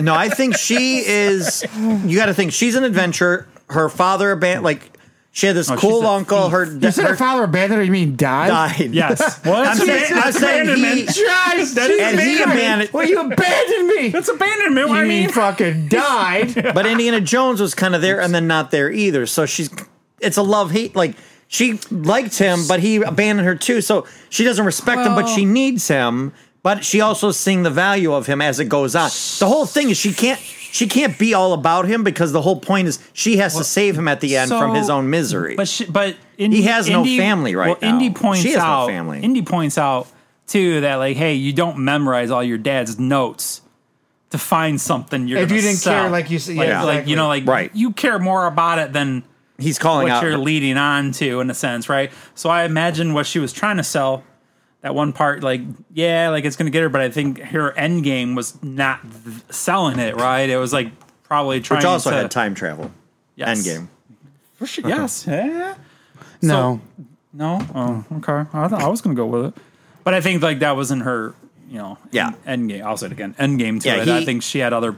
Speaker 3: No, I think she is. You got to think she's an adventurer. Her father abandoned, like she had this
Speaker 4: Oh, she's
Speaker 3: cool
Speaker 4: a
Speaker 3: uncle. Her
Speaker 5: you said her father abandoned her. You mean died?
Speaker 3: died.
Speaker 4: yes. Well, that's
Speaker 3: I'm saying-
Speaker 4: aban-
Speaker 3: I'm
Speaker 4: that's
Speaker 3: saying
Speaker 4: abandonment.
Speaker 3: he-
Speaker 5: Christ,
Speaker 4: That is
Speaker 5: Jesus
Speaker 3: abandoned.
Speaker 5: Christ.
Speaker 3: abandoned-
Speaker 5: Well, you abandoned me.
Speaker 4: That's abandonment. I
Speaker 5: you
Speaker 4: mean,
Speaker 5: fucking died.
Speaker 3: But Indiana Jones was kind of there and then not there either. So she's it's a love hate. Like she liked him, but he abandoned her too. So she doesn't respect him, but
Speaker 4: Well-
Speaker 3: she needs him. But she also is seeing the value of him as it goes on. The whole thing is she can't she can't be all about him because the whole point is she has to save him at the end from
Speaker 4: So-
Speaker 3: his own misery.
Speaker 4: But she, but Indy,
Speaker 3: He has no
Speaker 4: Indy-
Speaker 3: family right
Speaker 4: well,
Speaker 3: now.
Speaker 4: Indy points
Speaker 3: She has no
Speaker 4: out.
Speaker 3: family.
Speaker 4: Indy points out too that like, hey, you don't memorize all your dad's notes to find something you're.
Speaker 5: If
Speaker 4: gonna
Speaker 5: you didn't
Speaker 4: sell.
Speaker 5: care, like you said- yeah,
Speaker 4: like, like
Speaker 5: exactly.
Speaker 4: you know, like
Speaker 3: Right.
Speaker 4: you care more about it than
Speaker 3: He's calling
Speaker 4: what
Speaker 3: out.
Speaker 4: you're leading on to in a sense, right? So I imagine what she was trying to sell. That one part, like yeah, like it's gonna get her, but I think her end game was not th- selling it, right? It was like probably trying
Speaker 3: which also
Speaker 4: to
Speaker 3: had time travel.
Speaker 4: Yes.
Speaker 3: Endgame.
Speaker 4: Yes, yeah.
Speaker 5: No.
Speaker 4: No. Oh, okay. I, thought I was gonna go with it, but I think like that wasn't her. You know.
Speaker 3: Yeah.
Speaker 4: End game. I'll say it again. End game to
Speaker 3: Yeah,
Speaker 4: it.
Speaker 3: he-
Speaker 4: I think she had other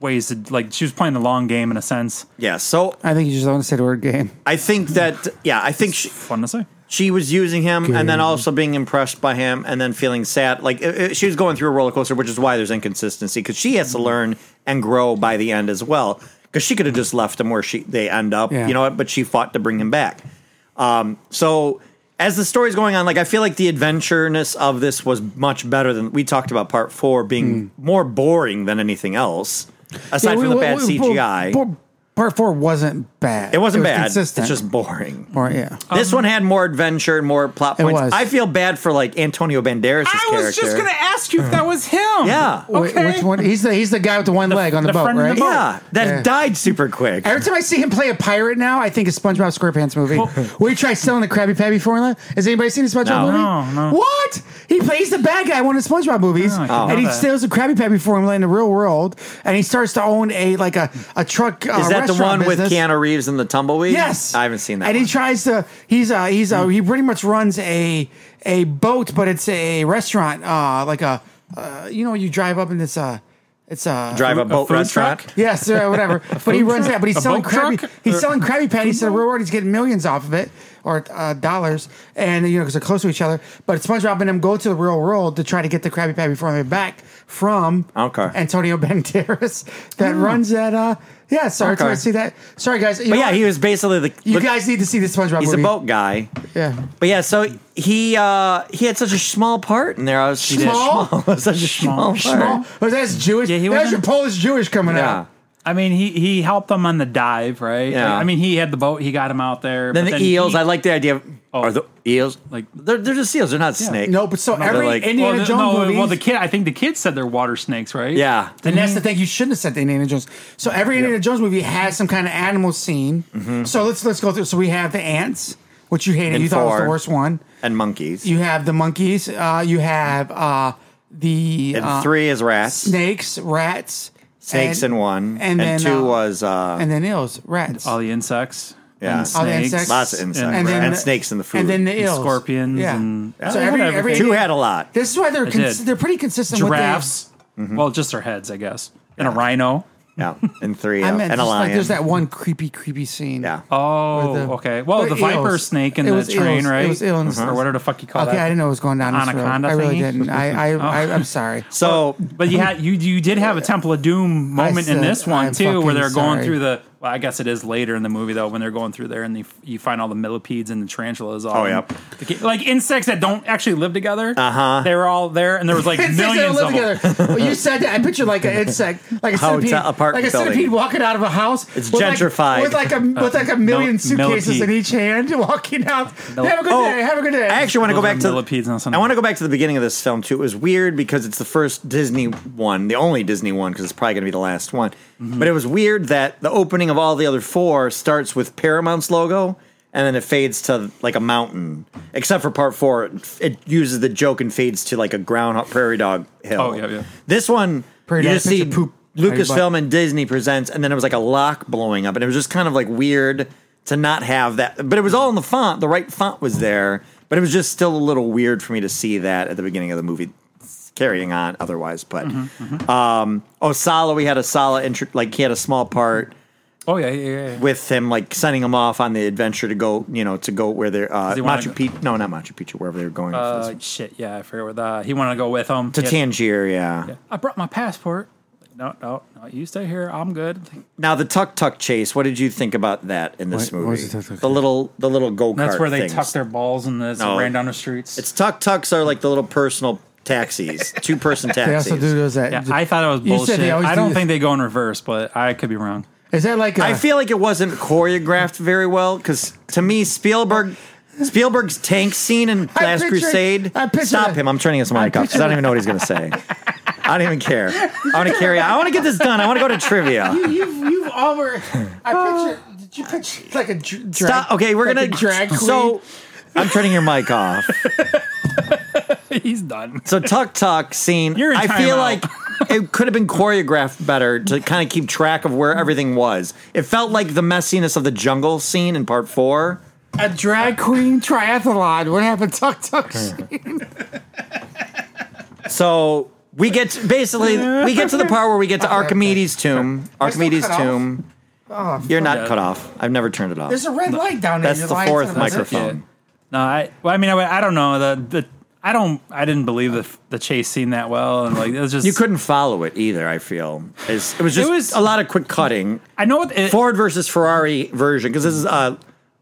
Speaker 4: ways to like. She was playing the long game in a sense.
Speaker 3: Yeah. So
Speaker 5: I think you just don't want to say the word game.
Speaker 3: I think that yeah, I think she,
Speaker 4: Fun to say.
Speaker 3: she was using him and then also being impressed by him and then feeling sad. Like it, it- she was going through a roller coaster, which is why there's inconsistency because she
Speaker 5: Mm-hmm.
Speaker 3: has to learn and grow by the end as well. Because she could have just left him where she they end up,
Speaker 5: Yeah.
Speaker 3: you know. But she fought to bring him back. Um, so as the story's going on, like I feel like the adventureness of this was much better than we talked about. Part four being more boring than anything else, aside
Speaker 5: Mm. Yeah,
Speaker 3: from
Speaker 5: we-
Speaker 3: the
Speaker 5: we-
Speaker 3: bad
Speaker 5: we-
Speaker 3: CGI.
Speaker 5: Part, part four wasn't bad.
Speaker 3: it wasn't bad.
Speaker 5: Consistent.
Speaker 3: It's just boring.
Speaker 5: Or, yeah.
Speaker 3: This
Speaker 4: Um,
Speaker 3: one had more adventure and more plot points.
Speaker 5: was.
Speaker 3: I feel bad for like Antonio Banderas'
Speaker 4: I
Speaker 3: character.
Speaker 4: was just gonna ask you if that was him.
Speaker 3: Yeah.
Speaker 5: Wait,
Speaker 4: Okay.
Speaker 5: which one? He's the he's the guy with the one leg on the,
Speaker 4: the
Speaker 5: boat,
Speaker 4: friend in the
Speaker 5: right?
Speaker 4: boat.
Speaker 3: yeah, that
Speaker 5: Yeah.
Speaker 3: died super quick.
Speaker 5: Every time I see him play a pirate now, I think a SpongeBob SquarePants movie. Where he tries selling the Krabby Patty formula. Has anybody seen a SpongeBob
Speaker 3: No.
Speaker 5: movie?
Speaker 4: No, no.
Speaker 5: What? He plays the bad guy in one of the SpongeBob movies,
Speaker 4: Oh, I didn't
Speaker 5: and he
Speaker 4: know that.
Speaker 5: steals the Krabby Patty formula in the real world, and he starts to own a like a a truck. Uh,
Speaker 3: Is that the
Speaker 5: restaurant
Speaker 3: one with
Speaker 5: business.
Speaker 3: Keanu Reeves and the tumbleweed?
Speaker 5: Yes,
Speaker 3: I haven't seen that.
Speaker 5: And
Speaker 3: one. Hmm.
Speaker 5: he tries to. He's uh he's uh he pretty much runs a a boat, but it's a restaurant, uh like a uh, you know you drive up and it's a it's a
Speaker 3: Drive a boat
Speaker 4: food
Speaker 3: restaurant.
Speaker 4: truck?
Speaker 5: Yes, uh, whatever. but he
Speaker 4: food
Speaker 5: runs
Speaker 4: truck?
Speaker 5: that. But he's
Speaker 4: A
Speaker 5: selling
Speaker 4: boat
Speaker 5: crabby.
Speaker 4: truck?
Speaker 5: He's
Speaker 4: Or-
Speaker 5: selling crabby patties to the reward. He's getting millions off of it or uh, dollars, and you know because they're close to each other. But SpongeBob and him go to the real world to try to get the crabby patty from him back from
Speaker 3: Okay.
Speaker 5: Antonio Banderas that runs that. Uh, yeah, sorry
Speaker 3: Okay.
Speaker 5: to see that. Sorry guys. You
Speaker 3: But
Speaker 5: know
Speaker 3: yeah,
Speaker 5: what?
Speaker 3: he was basically the.
Speaker 5: You
Speaker 3: the-
Speaker 5: guys need to see the SpongeBob
Speaker 3: he's a
Speaker 5: movie.
Speaker 3: boat guy.
Speaker 5: Yeah.
Speaker 3: But yeah, so he uh he had such a small part in there. I was
Speaker 5: Small?
Speaker 3: such a small,
Speaker 5: Small.
Speaker 3: part.
Speaker 5: But Oh, that's Jewish.
Speaker 4: Yeah, he
Speaker 5: that's
Speaker 4: was
Speaker 5: your
Speaker 4: in-
Speaker 5: Polish Jewish coming
Speaker 3: Yeah.
Speaker 5: out.
Speaker 4: I mean, he he helped them on the dive, right?
Speaker 3: Yeah.
Speaker 4: I mean, he had the boat. He got him out there.
Speaker 3: Then
Speaker 4: but
Speaker 3: the eels.
Speaker 4: he- Oh.
Speaker 3: I like the idea. Of, Are the eels like
Speaker 4: Like-
Speaker 3: they're they're just seals? They're not snake.
Speaker 5: No, but so
Speaker 3: they're
Speaker 5: every
Speaker 3: like-
Speaker 5: Indiana
Speaker 4: well, the,
Speaker 5: Jones
Speaker 4: no,
Speaker 5: movie.
Speaker 4: well, the kid. I think the kid said they're water snakes, right?
Speaker 3: Yeah.
Speaker 5: And that's the thing. You shouldn't have said the Indiana Jones. So every Indiana Jones movie has some kind of animal scene.
Speaker 3: Mm-hmm.
Speaker 5: So let's let's go through. So we have the ants, which you hated.
Speaker 3: In
Speaker 5: you thought was
Speaker 3: four.
Speaker 5: the worst one.
Speaker 3: And monkeys.
Speaker 5: You have the monkeys. Uh, you have uh, the
Speaker 3: and
Speaker 5: uh,
Speaker 3: three is rats.
Speaker 5: snakes, rats,
Speaker 3: snakes in one. And,
Speaker 5: and, then,
Speaker 3: two
Speaker 5: uh,
Speaker 3: was uh
Speaker 5: and then eels, rats,
Speaker 4: All the insects.
Speaker 3: Yeah.
Speaker 4: And
Speaker 5: All the
Speaker 4: snakes,
Speaker 5: insects.
Speaker 3: lots of insects and,
Speaker 4: then-
Speaker 3: snakes in the food.
Speaker 5: and then the
Speaker 4: and
Speaker 5: eels,
Speaker 4: scorpions
Speaker 5: Yeah.
Speaker 4: and-
Speaker 5: so
Speaker 4: Yeah,
Speaker 5: every,
Speaker 4: whatever.
Speaker 5: every
Speaker 3: two had a lot.
Speaker 5: This is why they're cons-
Speaker 4: did.
Speaker 5: they're pretty consistent.
Speaker 4: giraffes.
Speaker 3: Mm-hmm.
Speaker 4: Well, just their heads, I guess, and a rhino.
Speaker 3: Yeah, and three
Speaker 5: With the, I
Speaker 3: uh,
Speaker 5: meant
Speaker 3: and a
Speaker 5: just like
Speaker 3: lion.
Speaker 5: there's that one creepy, creepy scene.
Speaker 3: yeah.
Speaker 4: Oh,
Speaker 5: the-
Speaker 4: okay. Well,
Speaker 5: or
Speaker 4: the viper
Speaker 5: eels.
Speaker 4: snake in
Speaker 5: It
Speaker 4: the
Speaker 5: was
Speaker 4: train,
Speaker 5: eels. It
Speaker 4: right?
Speaker 5: was eels.
Speaker 4: or whatever the fuck you call
Speaker 5: Okay,
Speaker 4: that.
Speaker 5: I didn't know it was going down this
Speaker 4: Anaconda
Speaker 5: road. I really
Speaker 4: thingy?
Speaker 5: didn't. I, I, I I'm sorry.
Speaker 3: So
Speaker 4: But you had you you did have a Temple of Doom moment in
Speaker 5: said
Speaker 4: this one
Speaker 5: I'm
Speaker 4: too, where they're
Speaker 5: fucking
Speaker 4: going
Speaker 5: sorry.
Speaker 4: through the. Well, I guess it is later in the movie though, when they're going through there and they, you find all the millipedes and the tarantulas. All
Speaker 3: Oh,
Speaker 4: in
Speaker 3: yep.
Speaker 4: the ca- like insects that don't actually live together. Uh
Speaker 3: Uh-huh.
Speaker 4: huh. They were all there, and there was like
Speaker 5: Insects that don't
Speaker 4: millions of them.
Speaker 5: live together. Well, you said that. I picture like an insect, like a
Speaker 3: Hotel-
Speaker 5: centipede,
Speaker 3: apartment
Speaker 5: like a centipede
Speaker 3: building.
Speaker 5: walking out of a house.
Speaker 3: It's
Speaker 5: with, like-
Speaker 3: gentrified. Uh,
Speaker 5: with like a with like a million suitcases
Speaker 4: millipede.
Speaker 5: in each hand, walking out. have a good
Speaker 3: Oh,
Speaker 5: day. Have a good day.
Speaker 3: I actually want to go
Speaker 4: Those are
Speaker 3: back to
Speaker 4: millipedes on Sunday.
Speaker 3: I want to go back to the beginning of this film too. It was weird because it's the first Disney one, the only Disney one, because it's probably going to be the last one.
Speaker 5: Mm-hmm.
Speaker 3: But it was weird that the opening of all the other four starts with Paramount's logo and then it fades to like a mountain. Except for part four, it- it uses the joke and fades to like a ground prairie dog hill.
Speaker 4: Oh, yeah, yeah.
Speaker 3: This one,
Speaker 5: Prairie
Speaker 3: you
Speaker 5: dog
Speaker 3: just see
Speaker 5: picture poop.
Speaker 3: Lucasfilm and Disney presents, and then it was like a lock blowing up, and it was just kind of like weird to not have that. But it was all in the font; the right font was there, but it was just still a little weird for me to see that at the beginning of the movie. Carrying on otherwise, but um, Osala, we had a Sala intro, like he had a small part
Speaker 4: Oh yeah, yeah, yeah. yeah.
Speaker 3: with him, like sending him off on the adventure to go, you know, to go where they're uh,
Speaker 4: he wanna
Speaker 3: Machu
Speaker 4: go-
Speaker 3: Picchu. No, not Machu Picchu, wherever they were going. for this-
Speaker 4: Uh, shit, yeah, I forget what the, he wanted to go with them
Speaker 3: to Tangier, yeah.
Speaker 4: I brought my passport. No, no, no. You stay here. I'm good.
Speaker 3: Now the tuk tuk chase. What did you think about that in this
Speaker 5: What-
Speaker 3: movie?
Speaker 5: what was the tuk-tuk?
Speaker 3: The little the little go kart.
Speaker 4: That's where they
Speaker 3: things.
Speaker 4: tuck their balls in this
Speaker 3: No.
Speaker 4: and ran down the streets.
Speaker 3: It's tuk tuks are like the little personal taxis, two person
Speaker 5: They
Speaker 3: taxis.
Speaker 5: also do those that.
Speaker 4: yeah, I thought it was
Speaker 5: You said
Speaker 4: bullshit.
Speaker 5: they always
Speaker 4: I
Speaker 5: do
Speaker 4: don't
Speaker 5: this.
Speaker 4: think they go in reverse, but I could be wrong.
Speaker 5: Is that like? a-
Speaker 3: I feel like it wasn't choreographed very well because to me Spielberg. Spielberg's tank scene in
Speaker 5: I
Speaker 3: Last
Speaker 5: picture-
Speaker 3: Crusade.
Speaker 5: I picture
Speaker 3: Stop
Speaker 5: that.
Speaker 3: him! I'm turning his mic off because I don't even know what he's going to say. I don't even care. I want to carry. I want to get this done. I want to go to trivia.
Speaker 5: you've you've always. I picture. Did you picture like a dr- drag,
Speaker 3: Stop. Okay, we're
Speaker 5: like
Speaker 3: gonna
Speaker 5: a drag queen?
Speaker 3: So I'm turning your mic off.
Speaker 4: He's done.
Speaker 3: So Tuck Tuck scene.
Speaker 4: You're in
Speaker 3: I feel
Speaker 4: timeout.
Speaker 3: like it could have been choreographed better to kind of keep track of where everything was. It felt like the messiness of the jungle scene in part four.
Speaker 5: a drag queen triathlon. What happened? Tuck tuck.
Speaker 3: So we get to- basically we get to the part where we get to
Speaker 5: Okay, okay.
Speaker 3: Archimedes' tomb. Archimedes'
Speaker 5: cut off? Oh,
Speaker 3: tomb. You're not
Speaker 4: Yeah.
Speaker 3: cut off. I've never turned it off.
Speaker 5: There's a red light down there.
Speaker 3: That's
Speaker 5: Your
Speaker 3: the
Speaker 5: light's
Speaker 3: fourth
Speaker 5: on the-
Speaker 3: microphone.
Speaker 4: No, I. Well, I mean, I, I don't know the the. I don't. I didn't believe the the chase scene that well, and like it was just.
Speaker 3: You couldn't follow it either. I feel It's- it was just
Speaker 4: was-
Speaker 3: a lot of quick cutting.
Speaker 4: I know what it,
Speaker 3: Ford versus Ferrari version because this is uh,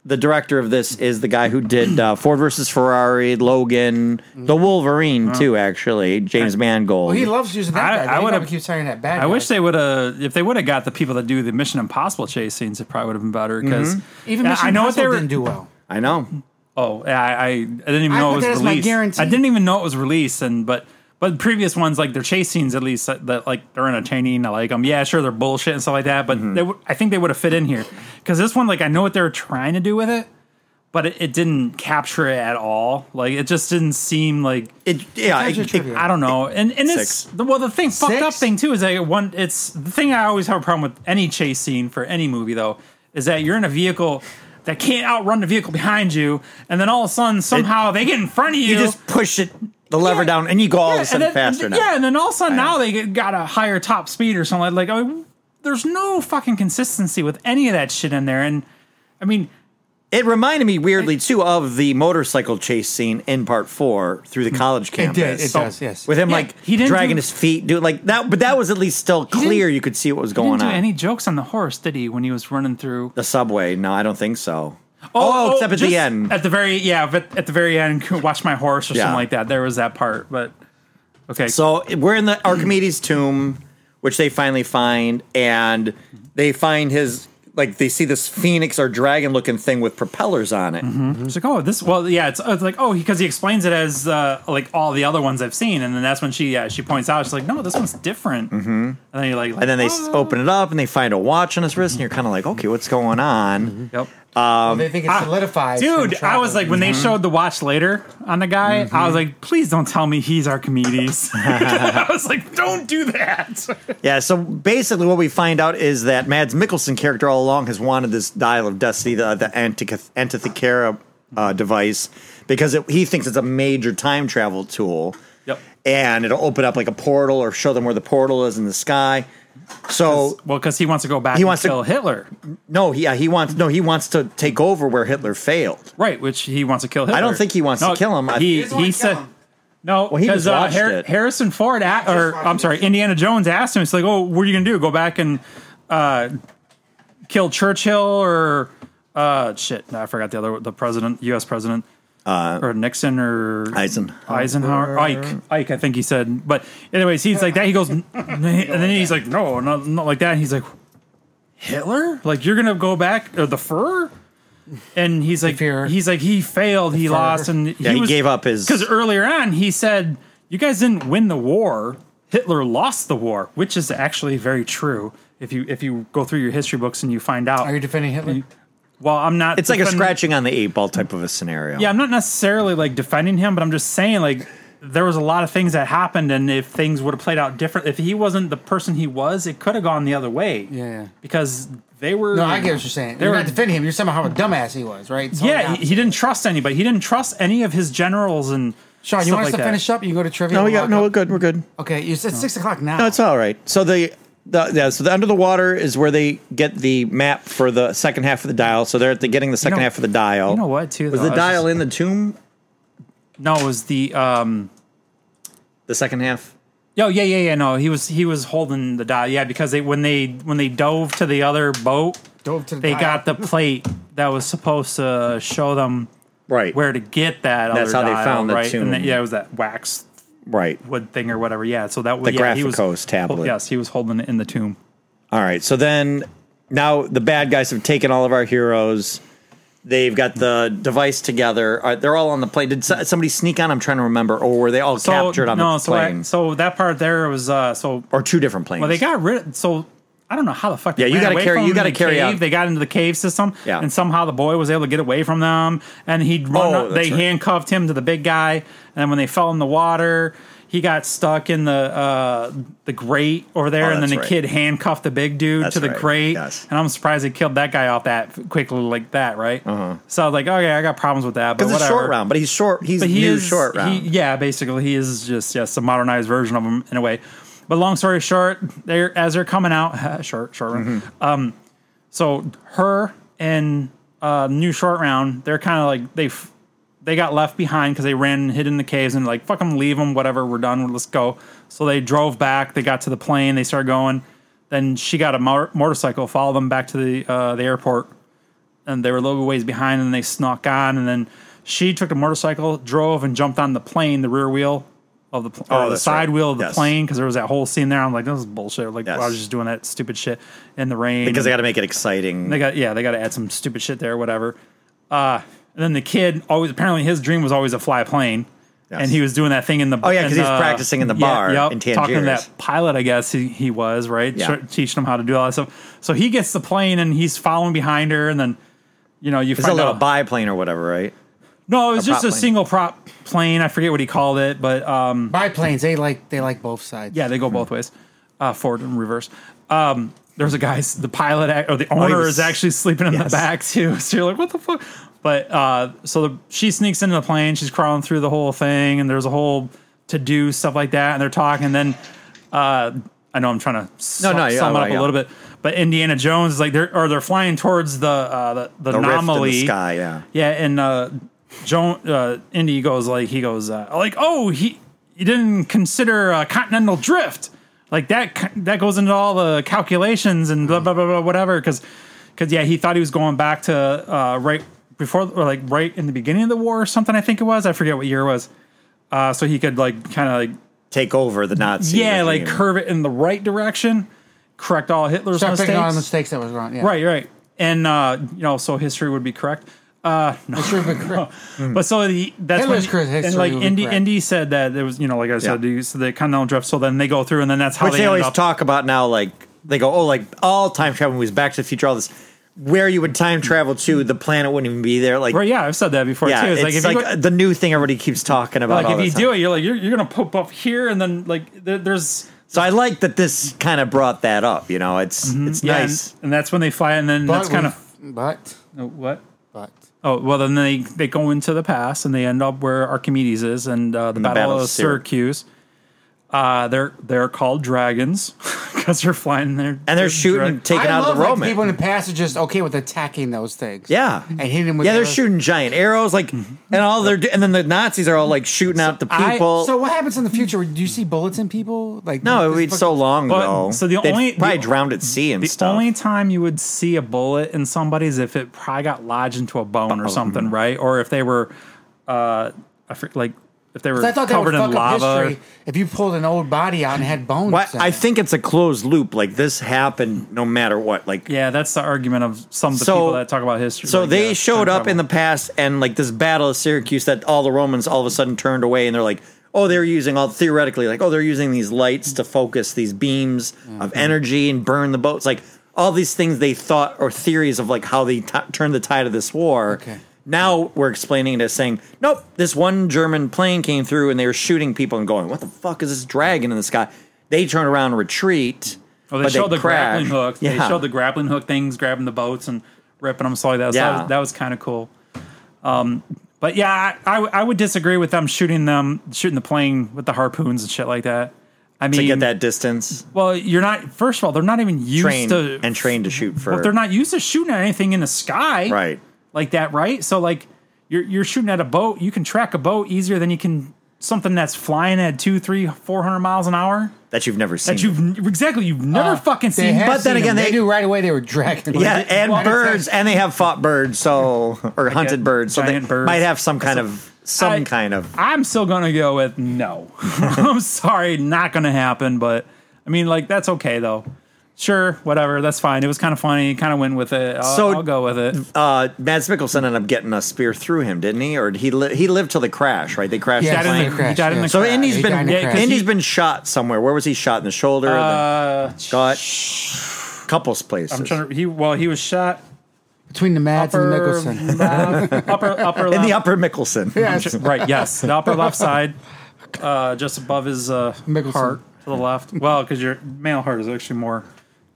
Speaker 3: the director of this is the guy who did uh, Ford versus Ferrari, Logan, the Wolverine
Speaker 4: Uh-huh.
Speaker 3: too. Actually, James Mangold.
Speaker 5: He loves using that.
Speaker 4: I-
Speaker 5: guy.
Speaker 4: I
Speaker 5: They
Speaker 4: would've-
Speaker 5: probably keep saying that bad.
Speaker 4: I wish
Speaker 5: guy.
Speaker 4: they would have. If they would have got the people that do the Mission Impossible chase scenes, it probably would have been better. Because
Speaker 5: Mm-hmm. even Mission
Speaker 4: I know what they were.
Speaker 5: didn't do well.
Speaker 3: I know.
Speaker 4: Oh, yeah, I, I I didn't even
Speaker 5: I
Speaker 4: know
Speaker 5: put
Speaker 4: it was
Speaker 5: that as my
Speaker 4: released.
Speaker 5: guarantee.
Speaker 4: I didn't even know it was released, and but but previous ones like their chase scenes at least that, that, like they're entertaining. I like them. Yeah, sure, they're bullshit and stuff like that. But they would I think they would have fit in here because this one like I know what they were trying to do with it, but it, it didn't capture it at all. Like it just didn't seem like
Speaker 3: It, yeah,
Speaker 5: That's
Speaker 3: it-
Speaker 5: just trivia.
Speaker 4: I don't know. And and it's
Speaker 3: Six.
Speaker 4: the well the thing fucked up
Speaker 5: Six?
Speaker 4: thing too is that it one it's the thing I always have a problem with any chase scene for any movie though is that you're in a vehicle that can't outrun the vehicle behind you, and then all of a sudden somehow they get in front of
Speaker 3: you
Speaker 4: you.
Speaker 3: just push it the lever
Speaker 4: Yeah.
Speaker 3: down, and you go all of
Speaker 4: Yeah,
Speaker 3: a sudden
Speaker 4: and then-
Speaker 3: faster now.
Speaker 4: Yeah, and then all of a sudden now they get, got a higher top speed or something like. I mean, there's no fucking consistency with any of that shit in there, and I mean,
Speaker 3: It reminded me weirdly too of the motorcycle chase scene in part four through
Speaker 4: Mm.
Speaker 3: the college
Speaker 5: It
Speaker 3: campus.
Speaker 5: did. It does. Yes.
Speaker 3: With him
Speaker 4: Yeah,
Speaker 3: like
Speaker 4: he didn't
Speaker 3: dragging
Speaker 4: do-
Speaker 3: his feet, do like that, but that was at least still
Speaker 4: didn't-
Speaker 3: clear. You could see what was
Speaker 4: he
Speaker 3: going
Speaker 4: didn't do
Speaker 3: on.
Speaker 4: any jokes on the horse, did he? When he was running through,
Speaker 3: the subway? No, I don't think so. Oh, except at the
Speaker 4: just
Speaker 3: end.
Speaker 4: at the very yeah, but at the very end, watch my horse or
Speaker 3: Yeah.
Speaker 4: something like that. There was that part, but okay,
Speaker 3: So we're in the Archimedes tomb, which they finally find, and they find his like they see this phoenix or dragon looking thing with propellers on it.
Speaker 4: It's like, oh, this. Well, yeah, it's, it's like, oh, because he, explains it as uh, like all the other ones I've seen, and then that's when she yeah, she points out, she's like, no, this one's different. Mm-hmm. And then you're like,
Speaker 3: And then they s open it up and they find a watch on his wrist, and you're kind of like, okay, what's going on?
Speaker 4: yep.
Speaker 5: they think it's solidified. from
Speaker 4: Dude, Um, I
Speaker 5: travel.
Speaker 4: was like, when they showed the watch later on the guy, I
Speaker 3: Mm-hmm.
Speaker 4: was like, please don't tell me he's Archimedes. I was like, don't do that.
Speaker 3: Yeah, so basically what we find out is that Mads Mikkelsen character all along has wanted this Dial of Destiny, the, the Antikyth- Antikythera uh, device, because it, he thinks it's a major time travel tool.
Speaker 4: Yep.
Speaker 3: And it'll open up like a portal or show them where the portal is in the sky. So
Speaker 4: Well, because he wants to go back
Speaker 3: He
Speaker 4: and
Speaker 3: wants to-
Speaker 4: kill Hitler,
Speaker 3: no, he, yeah, he wants no, he wants to take over where Hitler failed.
Speaker 4: right? Which he wants to kill Hitler.
Speaker 3: don't think he wants to kill him. I- He
Speaker 4: He
Speaker 5: doesn't want
Speaker 4: he
Speaker 5: to kill
Speaker 4: said.
Speaker 5: him.
Speaker 4: No,
Speaker 3: he
Speaker 4: because
Speaker 3: just
Speaker 4: uh,
Speaker 3: watched
Speaker 4: Har-
Speaker 3: it.
Speaker 4: Harrison Ford, at, or
Speaker 5: watched
Speaker 4: I'm
Speaker 5: it.
Speaker 4: sorry, Indiana Jones asked him. It's like, oh, what are you gonna do? Go back and uh, kill Churchill or uh, shit? No, I forgot the other the president, U.S. president, uh, or Nixon or
Speaker 3: Eisen.
Speaker 4: Eisenhower, Ike, Ike. I think he said. But anyways, he's like that. He goes, and then he's like, no, not not like that. And he's like, Hitler? Like you're gonna go back or the fur? And he's like,
Speaker 5: Fuhrer.
Speaker 4: he's like, he failed, he
Speaker 5: Fuhrer.
Speaker 4: lost, and
Speaker 3: Yeah, he gave up his-
Speaker 4: because earlier on he said, "You guys didn't win the war. Hitler lost the war," which is actually very true. If you if you go through your history books and you find out,
Speaker 5: Are you defending Hitler?
Speaker 4: well, I'm not.
Speaker 3: It's like a
Speaker 4: defending-
Speaker 3: scratching on the eight ball type of a scenario.
Speaker 4: Yeah, I'm not necessarily like defending him, but I'm just saying like there was a lot of things that happened, and if things would have played out different, if he wasn't the person he was, it could have gone the other way.
Speaker 5: Yeah, yeah.
Speaker 4: because they were.
Speaker 5: No, I get what you're saying.
Speaker 4: They
Speaker 5: You're
Speaker 4: were-
Speaker 5: not defending him. You're somehow a dumbass he was, right? It's all
Speaker 4: Yeah,
Speaker 5: about-
Speaker 4: he, he didn't trust anybody. He didn't trust any of his generals and
Speaker 5: Sean, you
Speaker 4: stuff
Speaker 5: want us
Speaker 4: like
Speaker 5: to
Speaker 4: that.
Speaker 5: finish up? You go to trivia.
Speaker 3: No, we
Speaker 5: We'll
Speaker 3: got
Speaker 5: lock
Speaker 3: no, we're
Speaker 5: up.
Speaker 3: good, we're good.
Speaker 5: Okay, you said six o'clock now.
Speaker 3: No, it's all right. So the, the yeah, so the under the water is where they get the map for the second half of the dial. So they're at the getting the second
Speaker 4: know-
Speaker 3: half of the dial.
Speaker 4: you know what, too,
Speaker 3: was
Speaker 4: though,
Speaker 3: the
Speaker 4: I was
Speaker 3: dial
Speaker 4: just-
Speaker 3: in the tomb?
Speaker 4: No, it was the um.
Speaker 3: The second half.
Speaker 4: Yo, yeah, yeah, yeah. No, he was he was holding the dial. Yeah, because they when they when they dove to the other boat,
Speaker 5: Dove to the
Speaker 4: they
Speaker 5: dial.
Speaker 4: got the plate that was supposed to show them
Speaker 3: Right.
Speaker 4: where to get that.
Speaker 3: That's how
Speaker 4: other
Speaker 3: they
Speaker 4: dial,
Speaker 3: found the
Speaker 4: right?
Speaker 3: tomb.
Speaker 4: And then, yeah, it was that wax
Speaker 3: Right.
Speaker 4: wood thing or whatever. Yeah, so that was
Speaker 3: The
Speaker 4: yeah, he was,
Speaker 3: Graphicos tablet.
Speaker 4: Yes, he was holding it in the tomb.
Speaker 3: All right. So then now the bad guys have taken all of our heroes. They've got the device together. All right, they're all on the plane. Did so- somebody sneak on? I'm trying to remember. Or were they all
Speaker 4: So
Speaker 3: captured on
Speaker 4: no,
Speaker 3: the
Speaker 4: so I-
Speaker 3: plane?
Speaker 4: so that part there was uh so
Speaker 3: or two different planes?
Speaker 4: Well, they got rid. So I don't know how the fuck. They
Speaker 3: Yeah, you
Speaker 4: got
Speaker 3: gotta
Speaker 4: to
Speaker 3: carry- you
Speaker 4: got
Speaker 3: gotta
Speaker 4: to
Speaker 3: carry
Speaker 4: cave.
Speaker 3: out.
Speaker 4: They got into the cave system.
Speaker 3: Yeah.
Speaker 4: and somehow the boy was able to get away from them, and he'd run.
Speaker 3: Oh,
Speaker 4: up- they
Speaker 3: that's right.
Speaker 4: handcuffed him to the big guy, and then when they fell in the water. He got stuck in the uh, the grate over there,
Speaker 3: Oh,
Speaker 4: and then
Speaker 3: that's
Speaker 4: the
Speaker 3: right.
Speaker 4: kid handcuffed the big dude
Speaker 3: That's
Speaker 4: to the
Speaker 3: right,
Speaker 4: grate.
Speaker 3: yes.
Speaker 4: And I'm surprised they killed that guy off that f- quickly like that, right? Uh-huh. So I was like, okay, I got problems with that, but
Speaker 3: Because
Speaker 4: whatever.
Speaker 3: it's short round, but he's short. He's
Speaker 4: But he
Speaker 3: new
Speaker 4: is
Speaker 3: short round.
Speaker 4: He, yeah, basically, he is just yes, a modernized version of him in a way. But long story short, they're as they're coming out short short round.
Speaker 3: Mm-hmm.
Speaker 4: Um, so her and uh, new short round, they're kind of like they f- they got left behind because they ran and hid in the caves and like fuck them, leave them, whatever. We're done. Let's go. So they drove back. They got to the plane. They started going. Then she got a mo- motorcycle, followed them back to the uh, the airport and they were a little ways behind and they snuck on and then she took the motorcycle drove and jumped on the plane the rear wheel of the pl-
Speaker 3: Oh,
Speaker 4: or the
Speaker 3: that's
Speaker 4: side
Speaker 3: right.
Speaker 4: wheel of the
Speaker 3: Yes.
Speaker 4: plane because there was that whole scene there i'm like this is bullshit like
Speaker 3: Yes.
Speaker 4: i was just doing that stupid shit in the rain
Speaker 3: because they got to make it exciting.
Speaker 4: they got yeah they got to add some stupid shit there whatever uh and then the kid always apparently his dream was always to fly a plane
Speaker 3: Yes.
Speaker 4: and he was doing that thing in the
Speaker 3: Oh, yeah, 'cause
Speaker 4: in
Speaker 3: he was
Speaker 4: the-
Speaker 3: practicing in the bar in
Speaker 4: talking to
Speaker 3: Tangiers.
Speaker 4: that pilot I guess he, he was right
Speaker 3: Yeah.
Speaker 4: Sh- teaching him how to do all that stuff so he gets the plane and he's following behind her and then you know, you
Speaker 3: It's a
Speaker 4: find
Speaker 3: little
Speaker 4: out.
Speaker 3: biplane or whatever, right?
Speaker 4: no, it was
Speaker 3: a prop
Speaker 4: just a
Speaker 3: plane.
Speaker 4: single prop plane. I forget what he called it, but um,
Speaker 5: Biplanes, they like they like both sides.
Speaker 4: yeah, they go both ways, uh, forward and reverse. Um, there's a guy, the pilot ac- or the owner
Speaker 3: Oh, was-
Speaker 4: is actually sleeping in
Speaker 3: Yes.
Speaker 4: the back too. So you're like, what the fuck? But uh, so the, she sneaks into the plane. She's crawling through the whole thing, and there's a whole to do stuff like that. And they're talking. And then uh, I know I'm trying to su-
Speaker 3: no, yeah,
Speaker 4: sum it up
Speaker 3: well, yeah.
Speaker 4: a little bit, but Indiana Jones is like they're or they're flying towards the uh, the, the,
Speaker 3: The
Speaker 4: anomaly
Speaker 3: rift in the sky, yeah.
Speaker 4: yeah, and uh, Joan uh, Indy goes like he goes uh, like oh he you didn't consider uh, continental drift like that c- that goes into all the calculations and blah blah blah, blah whatever because because yeah he thought he was going back to uh, right before or like right in the beginning of the war or something I think it was I forget what year it was uh, so he could like kind of like
Speaker 3: Take over the Nazi.
Speaker 4: yeah like
Speaker 3: regime.
Speaker 4: curve it in the right direction correct all Hitler's
Speaker 5: Start
Speaker 4: mistakes
Speaker 5: picking on the mistakes that was wrong. Yeah.
Speaker 4: right right and uh, you know so history would be correct. Uh, no,
Speaker 5: Sure, but correct.
Speaker 3: Hmm.
Speaker 4: but so the, that's
Speaker 5: Hitler's
Speaker 4: when
Speaker 5: correct
Speaker 4: and
Speaker 5: history
Speaker 4: like
Speaker 5: would be
Speaker 4: Indy
Speaker 5: correct.
Speaker 4: Indy said that there was you know like I said
Speaker 3: Yeah.
Speaker 4: the, so the continental drift. So then they go through and then that's how
Speaker 3: Which
Speaker 4: they,
Speaker 3: they,
Speaker 4: end
Speaker 3: always
Speaker 4: up.
Speaker 3: talk about now, like they go, oh, like all time travel movies, Back to the Future, all this, where you would time travel to, the planet wouldn't even be there. Like,
Speaker 4: Right? Yeah, I've said that before
Speaker 3: yeah,
Speaker 4: too. It's,
Speaker 3: it's,
Speaker 4: like if
Speaker 3: like
Speaker 4: you go,
Speaker 3: the new thing everybody keeps talking about.
Speaker 4: like
Speaker 3: all
Speaker 4: if you
Speaker 3: the
Speaker 4: do
Speaker 3: time.
Speaker 4: it, you're like you're, you're gonna pop up here and then like there, there's
Speaker 3: so I like that this kind of brought that up. You know, it's it's
Speaker 4: Mm-hmm. yeah, and-
Speaker 3: nice.
Speaker 4: and, that's when they fly and then that's
Speaker 5: we-
Speaker 4: kind of
Speaker 5: But
Speaker 4: oh, what.
Speaker 5: but
Speaker 4: Oh well, then they they go into the past and they end up where Archimedes is and uh, the, Battle,
Speaker 3: Battle
Speaker 4: of
Speaker 3: of Syr-
Speaker 4: Syracuse. Uh, they're they're called dragons because they're flying there
Speaker 3: And they're shooting, taking
Speaker 5: I
Speaker 3: out
Speaker 5: love
Speaker 3: the
Speaker 5: like,
Speaker 3: Roman.
Speaker 5: people in the past are just okay with attacking those things.
Speaker 3: yeah,
Speaker 5: And hitting them with
Speaker 3: yeah, they're
Speaker 5: arrows.
Speaker 3: shooting giant arrows, like,
Speaker 4: Mm-hmm.
Speaker 3: and all they're do- and then the Nazis are all like shooting out the
Speaker 5: I-
Speaker 3: people.
Speaker 5: so what happens in the future? Do you see bullets in people? Like
Speaker 3: no,
Speaker 5: this
Speaker 3: it'd
Speaker 5: fuck-
Speaker 3: so long
Speaker 4: But-
Speaker 3: ago.
Speaker 4: so the
Speaker 3: They'd
Speaker 4: only-
Speaker 3: probably
Speaker 4: the-
Speaker 3: drowned at sea and
Speaker 4: The
Speaker 3: stuff.
Speaker 4: only time you would see a bullet in somebody's if it probably got lodged into a bone
Speaker 3: Oh,
Speaker 4: or
Speaker 3: mm-hmm.
Speaker 4: something, right? Or if they were, uh, I fr- like if they were
Speaker 5: I thought that would
Speaker 4: covered in
Speaker 5: fuck up
Speaker 4: lava.
Speaker 5: history if you pulled an old body out and had bones.
Speaker 3: Why-
Speaker 5: in
Speaker 3: I
Speaker 5: it.
Speaker 3: think it's a closed loop. Like this happened no matter what. Like
Speaker 4: Yeah, that's the argument of some of the
Speaker 3: So-
Speaker 4: people that talk about history.
Speaker 3: so
Speaker 4: like,
Speaker 3: they
Speaker 4: yeah,
Speaker 3: showed
Speaker 4: time
Speaker 3: up in the
Speaker 4: travel.
Speaker 3: past and like this battle of Syracuse that all the Romans all of a sudden turned away and they're like, oh, they're using all theoretically like oh they're using these lights to focus these beams
Speaker 4: Mm-hmm.
Speaker 3: of energy and burn the boats like all these things they thought or theories of like how they t- turned the tide of this war.
Speaker 5: Okay.
Speaker 3: Now we're explaining it as saying, nope, this one German plane came through and they were shooting people and going, what the fuck is this dragon in the sky? They turn around, and retreat.
Speaker 4: Oh, they
Speaker 3: but
Speaker 4: showed the
Speaker 3: crash.
Speaker 4: grappling hook. They
Speaker 3: Yeah.
Speaker 4: showed the grappling hook things, grabbing the boats and ripping them. So like that. So
Speaker 3: Yeah.
Speaker 4: that was, that was kind of cool. Um, but yeah, I, I w- I would disagree with them shooting them shooting the plane with the harpoons and shit like that. I mean,
Speaker 3: to get that distance.
Speaker 4: Well, you're not. First of all, they're not even used
Speaker 3: trained
Speaker 4: to
Speaker 3: and trained to shoot for.
Speaker 4: But they're not used to shooting at anything in the sky,
Speaker 3: right.
Speaker 4: Like that, right? So like you're you're shooting at a boat. You can track a boat easier than you can something that's flying at two, three, four hundred miles an hour
Speaker 3: That you've never seen.
Speaker 4: that you've exactly you've never fucking
Speaker 5: They
Speaker 4: seen.
Speaker 5: have
Speaker 3: But then
Speaker 5: seen
Speaker 3: again,
Speaker 5: them. they,
Speaker 3: Uh, they-
Speaker 5: knew right away they were dragons.
Speaker 3: yeah, and
Speaker 5: Well, it's
Speaker 3: birds, and they have fought birds, so or hunted
Speaker 4: a
Speaker 3: birds, so they
Speaker 4: giant bird.
Speaker 3: might have some kind of some
Speaker 4: I-
Speaker 3: kind of.
Speaker 4: I'm still gonna go with no. I'm sorry, not gonna happen. But I mean, like that's okay though. Sure, whatever, that's fine. It was kind of funny. Kind of went with it. I'll,
Speaker 3: So-
Speaker 4: I'll go with it.
Speaker 3: Uh, Mads Mikkelsen ended up getting a spear through him, didn't he? Or did he li- he lived till the crash, right? They crashed.
Speaker 5: Yeah,
Speaker 3: the
Speaker 5: died in
Speaker 3: plane.
Speaker 5: the crash,
Speaker 4: died in
Speaker 5: yeah.
Speaker 4: the
Speaker 3: so
Speaker 4: crash.
Speaker 3: Indy's
Speaker 5: He died in
Speaker 3: been
Speaker 5: the crash.
Speaker 3: Indy's been shot somewhere. Where was he shot? In the shoulder,
Speaker 4: Uh,
Speaker 3: the gut, couples places.
Speaker 4: I'm trying to. He well, he was shot
Speaker 5: between the Mads and the
Speaker 4: upper
Speaker 5: Mickelson.
Speaker 4: left, upper upper
Speaker 3: in
Speaker 4: left.
Speaker 3: the upper Mickelson.
Speaker 5: Yes.
Speaker 4: Uh, right, yes, the upper left side, uh, just above his uh,
Speaker 5: Mickelson.
Speaker 4: heart to the left. Well, because your male heart is actually more,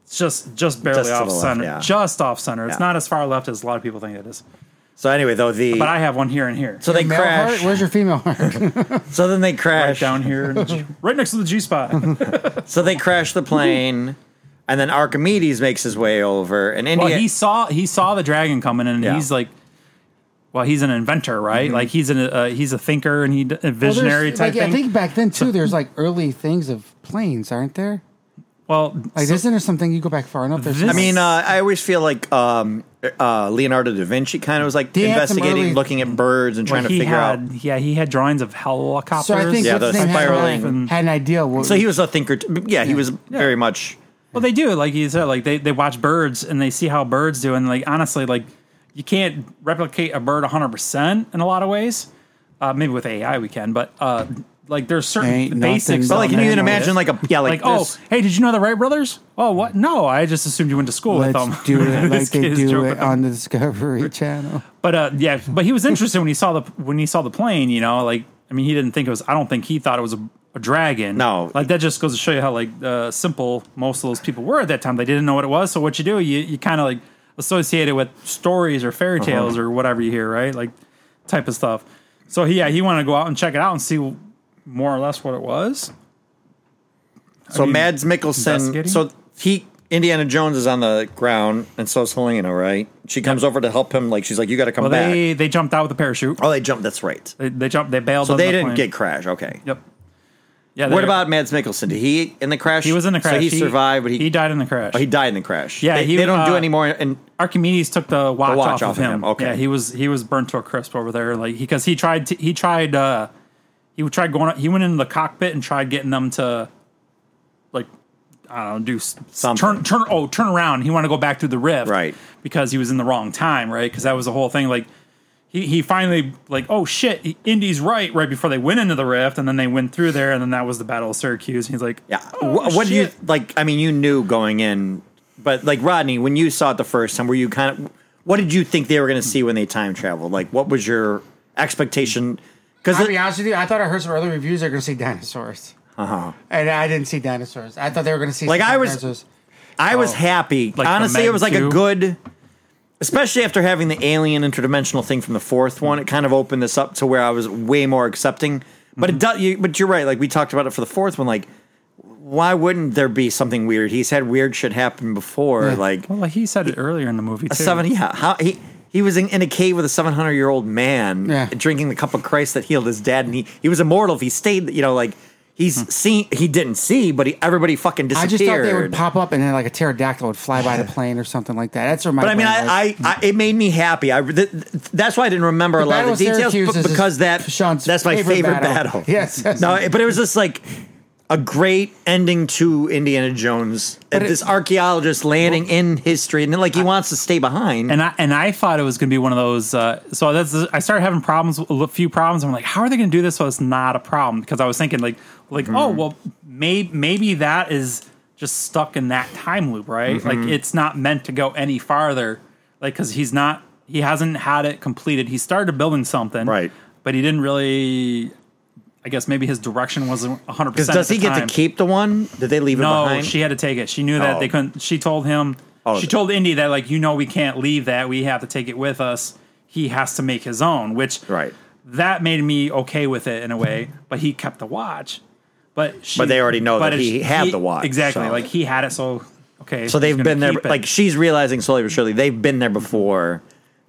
Speaker 4: it's just just barely
Speaker 3: Just to the
Speaker 4: off
Speaker 3: left,
Speaker 4: center,
Speaker 3: yeah.
Speaker 4: just off center. It's
Speaker 3: Yeah.
Speaker 4: not as far left as a lot of people think it is.
Speaker 3: So anyway, though the
Speaker 4: But I have one here and here,
Speaker 3: so they
Speaker 5: Male heart?
Speaker 3: crash.
Speaker 5: Where's your female heart?
Speaker 3: so then they
Speaker 4: right
Speaker 3: crash
Speaker 4: down here, and G- right next to the G spot. well,
Speaker 3: So they crash the plane, and then Archimedes makes his way over, and India.
Speaker 4: he saw he saw the dragon coming, and
Speaker 3: Yeah. Mm-hmm.
Speaker 4: he's like. Well, he's an inventor, right? Like he's an uh, he's a thinker and he d- a visionary
Speaker 5: Well, there's-
Speaker 4: type
Speaker 5: like,
Speaker 4: thing.
Speaker 5: I think back then too. There's like early things of planes, aren't there?
Speaker 4: well,
Speaker 5: Like,
Speaker 4: so-
Speaker 5: isn't there something you go back far enough? There's
Speaker 4: This-
Speaker 3: I mean, uh, I always feel like um, uh, Leonardo da Vinci kind of was like
Speaker 5: He had some
Speaker 3: investigating,
Speaker 5: early-
Speaker 3: looking at birds and trying
Speaker 4: Well,
Speaker 3: to
Speaker 4: he
Speaker 3: figure
Speaker 4: had,
Speaker 3: out.
Speaker 4: Yeah, he had drawings of helicopters.
Speaker 5: so I think
Speaker 3: Yeah,
Speaker 5: what's his
Speaker 3: the
Speaker 5: name had,
Speaker 3: spiraling-
Speaker 5: an- had an idea. What,
Speaker 3: So he was a thinker. T- yeah, he was very much.
Speaker 4: well, they do. Like you said, like they, they watch birds and they see how birds do. And like honestly, like you can't replicate a bird 100 percent in a lot of ways. Uh, maybe with AI we can, but uh, like there's
Speaker 5: Ain't
Speaker 4: certain
Speaker 5: nothing
Speaker 4: basics.
Speaker 5: But,
Speaker 4: on
Speaker 5: like,
Speaker 3: you
Speaker 4: there
Speaker 3: can
Speaker 4: that-
Speaker 3: imagine, like, a- yeah, like
Speaker 4: oh,
Speaker 3: this.
Speaker 4: hey, did you know the Wright brothers? Oh, what? No, I just assumed you went to school with them.
Speaker 5: Let's do it like
Speaker 4: This
Speaker 5: they
Speaker 4: kid's
Speaker 5: do
Speaker 4: joking.
Speaker 5: it on the Discovery Channel.
Speaker 4: But uh, yeah, but he was interested when he saw the when he saw the plane. You know, like I mean, he didn't think it was. I don't think he thought it was a, a dragon.
Speaker 3: No.
Speaker 4: like that just goes to show you how like uh, simple most of those people were at that time. They didn't know what it was. So what you do, you you kind of like associate it with stories or fairy
Speaker 3: Uh-huh.
Speaker 4: tales or whatever you hear, right? Like type of stuff. So he, yeah, he wanted to go out and check it out and see more or less what it was.
Speaker 3: So
Speaker 4: mean,
Speaker 3: Mads Mikkelsen.
Speaker 4: investigating?
Speaker 3: So he Indiana Jones is on the ground, and so is Helena. Right? She comes over to help him. Like she's like, "You got to come
Speaker 4: Well,
Speaker 3: back."
Speaker 4: they they jumped out with a parachute.
Speaker 3: oh, they jumped. That's right.
Speaker 4: They, they jumped. They bailed.
Speaker 3: So
Speaker 4: on
Speaker 3: they
Speaker 4: the
Speaker 3: didn't
Speaker 4: plane.
Speaker 3: get crash. Okay.
Speaker 4: Yep. Yeah.
Speaker 3: What
Speaker 4: they-
Speaker 3: about Mads Mikkelsen? Did he in the crash?
Speaker 4: He was in the crash.
Speaker 3: So he, survived, but he,
Speaker 4: he died in the crash.
Speaker 3: oh, he died in the crash.
Speaker 4: Yeah,
Speaker 3: They,
Speaker 4: he-
Speaker 3: they don't do
Speaker 4: uh,
Speaker 3: any more. And
Speaker 4: Archimedes took the watch,
Speaker 3: watch
Speaker 4: off of him.
Speaker 3: Okay.
Speaker 4: Yeah, he was he was burnt to a crisp over there. Like because he tried to, he tried uh he tried going he went into the cockpit and tried getting them to like I don't know do s-
Speaker 3: Something.
Speaker 4: turn turn oh turn around. He wanted to go back through the rift
Speaker 3: Right.
Speaker 4: because he was in the wrong time right because that was the whole thing like. He, he finally like oh shit Indy's right right before they went into the rift and then they went through there and then that was the battle of Syracuse he's like
Speaker 3: yeah,
Speaker 4: oh,
Speaker 3: what, what do you
Speaker 4: shit.
Speaker 3: like? I mean, you knew going in, but like Rodney, when you saw it the first time, were you kind of? What did you think they were going to see when they time traveled? Like, what was your expectation? Because
Speaker 5: I'll be honest with you. I thought I heard some other reviews they were going to see dinosaurs. Uh-huh. And I didn't see dinosaurs. I thought they were going to see
Speaker 3: Like,
Speaker 5: some
Speaker 3: I was-
Speaker 5: dinosaurs.
Speaker 3: I
Speaker 5: Oh,
Speaker 3: was happy.
Speaker 4: Like the
Speaker 3: Honestly, it was like a
Speaker 4: Meg
Speaker 3: good, especially after having the alien interdimensional thing from the fourth one. It kind of opened this up to where I was way more accepting. But it
Speaker 5: Mm-hmm.
Speaker 3: does. You, but you're right. Like we talked about it for the fourth one. Like, why wouldn't there be something weird? He's had weird shit happen before. Like
Speaker 4: well like he said it earlier in the movie
Speaker 3: a
Speaker 4: too.
Speaker 3: seven. Yeah. How he. He was in, in a cave with a 700 year old man
Speaker 5: Yeah.
Speaker 3: drinking the cup of Christ that healed his dad. And he, he was immortal if he stayed, you know, like he's seen, he didn't see, but he, everybody fucking
Speaker 5: Hmm. I
Speaker 3: disappeared.
Speaker 5: just thought they would pop up and then like a pterodactyl would fly by the plane or something like that. That's where my
Speaker 3: But I mean,
Speaker 5: brain was.
Speaker 3: I, I, I it made me happy. I th- th- that's why I didn't remember a
Speaker 5: The
Speaker 3: lot of the
Speaker 5: Battle
Speaker 3: details
Speaker 5: of Syracuse
Speaker 3: but
Speaker 5: is his-
Speaker 3: because that
Speaker 5: Sean's
Speaker 3: that's my favorite,
Speaker 5: favorite
Speaker 3: battle.
Speaker 5: battle. Yes, yes.
Speaker 3: No, but it was just like a great ending to Indiana Jones.
Speaker 5: But it-
Speaker 3: this archaeologist landing in history, and then like he wants to stay behind.
Speaker 4: and I and I thought it was going to be one of those. Uh, so that's I started having problems, a few problems. I'm like, how are they going to do this so it's not a problem? Because I was thinking like, like oh
Speaker 3: Mm-hmm.
Speaker 4: well, maybe maybe that is just stuck in that time loop, right?
Speaker 3: Mm-hmm.
Speaker 4: Like it's not meant to go any farther, like because he's not he hasn't had it completed. He started building something,
Speaker 3: Right.
Speaker 4: But he didn't really. I guess maybe his direction wasn't 100.
Speaker 3: Because
Speaker 4: percent
Speaker 3: does he get to keep the one? Did they leave it
Speaker 4: No,
Speaker 3: behind?
Speaker 4: she had to take it. She knew that
Speaker 3: Oh.
Speaker 4: they couldn't. She told him.
Speaker 3: Oh.
Speaker 4: She told Indy that like you know we can't leave that. We have to take it with us. He has to make his own, which
Speaker 3: Right.
Speaker 4: That made me okay with it in a way, but he kept the watch. But she,
Speaker 3: But they already know that
Speaker 4: it's-
Speaker 3: he had the watch,
Speaker 4: exactly.
Speaker 3: so-
Speaker 4: Like he had it, so okay.
Speaker 3: so they've
Speaker 4: he's gonna
Speaker 3: been there.
Speaker 4: keep it.
Speaker 3: Like she's realizing slowly but surely they've been there before.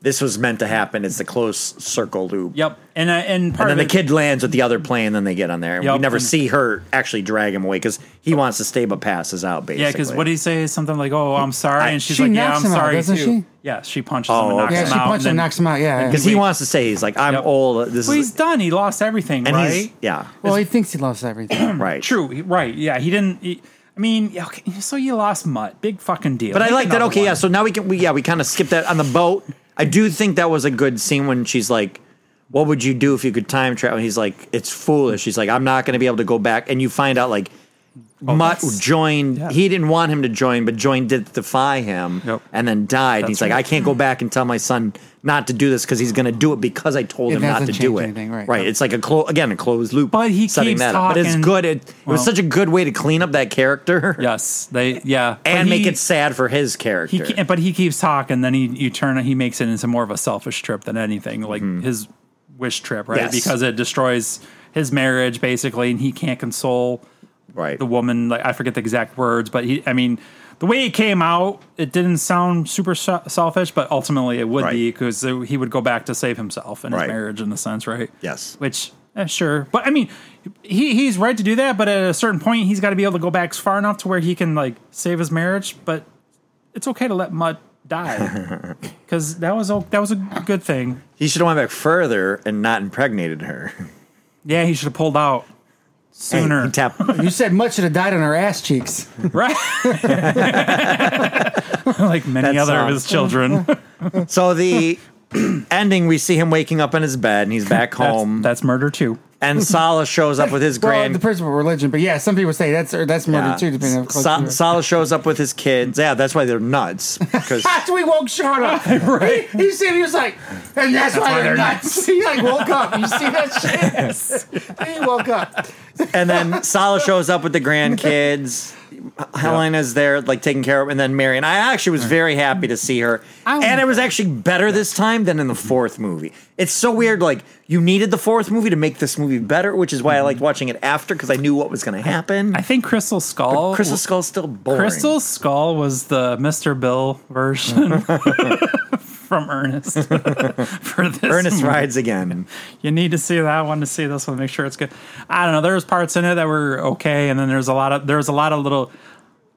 Speaker 3: This was meant to happen. It's the close circle loop.
Speaker 4: yep, and uh, and
Speaker 3: And
Speaker 4: part
Speaker 3: then the
Speaker 4: of it-
Speaker 3: kid lands with the other plane, then they get on there. And we
Speaker 4: Yup,
Speaker 3: never
Speaker 4: and-
Speaker 3: see her actually drag him away because he wants to stay but passes out, basically.
Speaker 4: Yeah, because what did he say? Something like, "Oh, I'm sorry," and she's
Speaker 5: She
Speaker 4: like, "Yeah,
Speaker 5: knocks
Speaker 4: I'm
Speaker 5: him out,
Speaker 4: sorry
Speaker 5: doesn't
Speaker 4: too."
Speaker 5: she?
Speaker 4: Yeah, she punches
Speaker 3: Oh,
Speaker 4: him and knocks
Speaker 3: okay.
Speaker 5: yeah,
Speaker 4: him
Speaker 5: she
Speaker 4: out.
Speaker 5: punches him,
Speaker 4: and then-
Speaker 5: knocks him out. Yeah,
Speaker 3: Because he wants to say, he's like, I'm
Speaker 4: Yep.
Speaker 3: old. This
Speaker 4: Well,
Speaker 3: is.
Speaker 4: he's done. He lost everything,
Speaker 3: and
Speaker 4: right?
Speaker 3: he's. Yeah.
Speaker 5: Well, he thinks he lost everything.
Speaker 3: Right.
Speaker 4: True, he- right? Yeah, he didn't. He, I mean, yeah, okay, so you lost Mutt, big fucking deal.
Speaker 3: But I
Speaker 4: Make
Speaker 3: like that.
Speaker 4: another
Speaker 3: Okay,
Speaker 4: one.
Speaker 3: yeah. So now we can. We, yeah, we kind of skip that on the boat. I do think that was a good scene when she's like, "What would you do if you could time travel?" And he's like, "It's foolish." She's like, "I'm not going to be able to go back." And you find out like. Mutt
Speaker 4: Oh, that's-
Speaker 3: joined.
Speaker 4: yeah.
Speaker 3: He didn't want him to join, but joined did defy him,
Speaker 4: Yep.
Speaker 3: and then died. and
Speaker 4: That's
Speaker 3: he's like,
Speaker 4: right.
Speaker 3: "I can't go back and tell my son not to do this because he's going to do it because I told
Speaker 5: It
Speaker 3: him not to
Speaker 5: doesn't
Speaker 3: do
Speaker 5: change
Speaker 3: it."
Speaker 5: anything, right.
Speaker 3: It's like a clo- again a closed loop.
Speaker 4: But he
Speaker 3: setting
Speaker 4: keeps
Speaker 3: that up. But it's
Speaker 4: talking-
Speaker 3: good. It, it was
Speaker 4: Well-
Speaker 3: such a good way to clean up that character.
Speaker 4: yes, they yeah, But
Speaker 3: And make
Speaker 4: he-
Speaker 3: it sad for his
Speaker 4: He,
Speaker 3: character.
Speaker 4: ke- but he keeps talking. Then he you turn it. He makes it into more of a selfish trip than anything, like his wish trip, right?
Speaker 3: Mm-hmm. Yes.
Speaker 4: Because it destroys his marriage basically, and he can't console
Speaker 3: right.
Speaker 4: the woman. Like I forget the exact words, but he. I mean, the way it came out, it didn't sound super se- selfish, but ultimately it would
Speaker 3: Right.
Speaker 4: be because he would go back to save himself and
Speaker 3: Right.
Speaker 4: his marriage, in a sense, right?
Speaker 3: Yes.
Speaker 4: Which, eh, sure, but I mean, he he's right to do that, but at a certain point, he's got to be able to go back far enough to where he can like save his marriage. But it's okay to let Mutt die because that was o- that was a good thing.
Speaker 3: He should have went back further and not impregnated her.
Speaker 4: Yeah, he should have pulled out sooner.
Speaker 3: He tapped-
Speaker 5: you said Mutt should have died on her ass cheeks.
Speaker 4: Right. like
Speaker 3: That
Speaker 4: many other
Speaker 3: song.
Speaker 4: of his children.
Speaker 3: so the ending, we see him waking up in his bed and he's back home.
Speaker 4: That's, that's murder too.
Speaker 3: and Sala shows up with his
Speaker 5: Well,
Speaker 3: grand.
Speaker 5: the principle of religion, but yeah, some people say that's or that's murder
Speaker 3: Yeah.
Speaker 5: too, depending on. how
Speaker 3: Sa-
Speaker 5: close you are.
Speaker 3: Salah shows up with his kids. Yeah, that's why they're nuts. Because
Speaker 5: That's we woke Sean up. right. He, he said he was like, and that's, why, they're nuts. he like woke up. You see that shit? he woke up.
Speaker 3: and then Salah shows up with the grandkids. Helena's there, like taking care of, and then Mary. And I actually was very happy to see her.
Speaker 5: I-
Speaker 3: and it was actually better this time than in the fourth movie. It's so weird. Like you needed the fourth movie to make this movie better, which is why I liked watching it after because I knew what was going to happen.
Speaker 4: I think Crystal Skull.
Speaker 3: Crystal Skull's still boring.
Speaker 4: Crystal Skull was the Mr. Bill version from Ernest. for this
Speaker 3: Ernest
Speaker 4: movie.
Speaker 3: rides again.
Speaker 4: You need to see that one to see this one. Make sure it's good. I don't know. There was parts in it that were okay, and then there's a lot of there's a lot of little.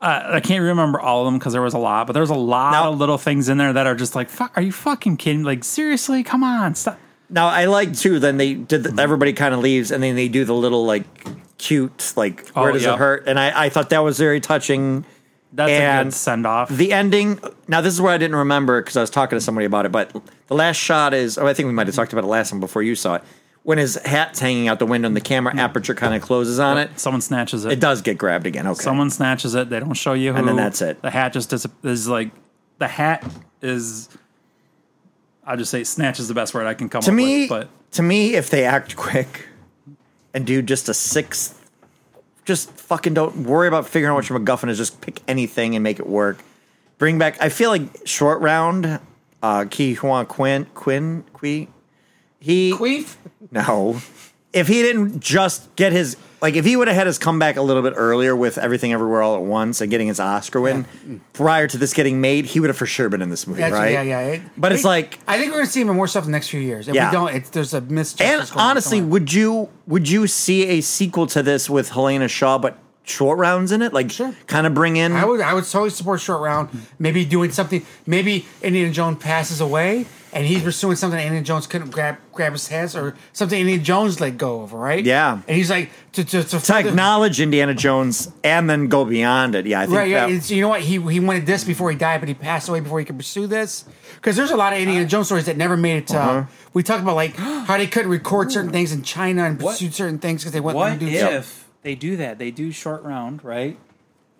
Speaker 4: Uh, I can't remember all of them because there was a lot, but there's a lot
Speaker 3: Now-
Speaker 4: of little things in there that are just like, "Fuck, are you fucking kidding? Like, seriously, come on, stop."
Speaker 3: Now I like too. Then they did. The, everybody kind of leaves, and then they do the little like cute like
Speaker 4: Oh,
Speaker 3: where does
Speaker 4: yeah.
Speaker 3: it hurt? And I I thought that was very touching.
Speaker 4: That's a
Speaker 3: And
Speaker 4: good send off.
Speaker 3: The ending. Now this is where I didn't remember because I was talking to somebody about it. But the last shot is. Oh, I think we might have talked about it last time before you saw it. When his hat's hanging out the window and the
Speaker 4: Hmm.
Speaker 3: camera aperture kind of closes on it,
Speaker 4: Someone snatches it.
Speaker 3: it does get grabbed again. Okay.
Speaker 4: Someone snatches it. They don't show you who.
Speaker 3: And then that's it.
Speaker 4: The hat just dis- is like the hat is. I'll just say snatch is the best word I can come
Speaker 3: to
Speaker 4: up
Speaker 3: me,
Speaker 4: with. But
Speaker 3: to me, if they act quick and do just a sixth, just fucking don't worry about figuring out what your MacGuffin is. Just pick anything and make it work. Bring back. I feel like short round. Uh, Ki Huan Quinn Quinn Qui. He
Speaker 5: Queef.
Speaker 3: no. If he didn't just get his like, if he would have had his comeback a little bit earlier with Everything Everywhere All at Once and getting his Oscar win prior to this getting made, he would have for sure been in this movie,
Speaker 5: That's,
Speaker 3: right?
Speaker 5: Yeah, yeah. It-
Speaker 3: But it's
Speaker 5: we-
Speaker 3: like-
Speaker 5: I think we're gonna see him in more stuff in the next few years. If
Speaker 3: Yeah.
Speaker 5: we don't, it's, there's a mischief.
Speaker 3: And honestly, would you would you see a sequel to this with Helena Shaw but short rounds in it? Like
Speaker 5: Sure.
Speaker 3: kind of bring in
Speaker 5: I would I would totally support short round. Maybe doing something. Maybe Indiana Jones passes away and he's pursuing something Indiana Jones couldn't grab grab his hands or something Indiana Jones let go of. Right?
Speaker 3: Yeah.
Speaker 5: And he's like to to, to
Speaker 3: to acknowledge Indiana Jones and then go beyond it. Yeah, I think
Speaker 5: Right, yeah.
Speaker 3: that-
Speaker 5: It's, you know what? He he wanted this before he died, but he passed away before he could pursue this. Because there's a lot of Indiana Jones stories that never made it to.
Speaker 3: Uh-huh.
Speaker 5: We talked about like how they couldn't record certain things in China and
Speaker 4: What-
Speaker 5: pursue certain things because they wouldn't let
Speaker 4: what
Speaker 5: them
Speaker 4: if
Speaker 5: do stuff.
Speaker 4: they do that? They do short round, right?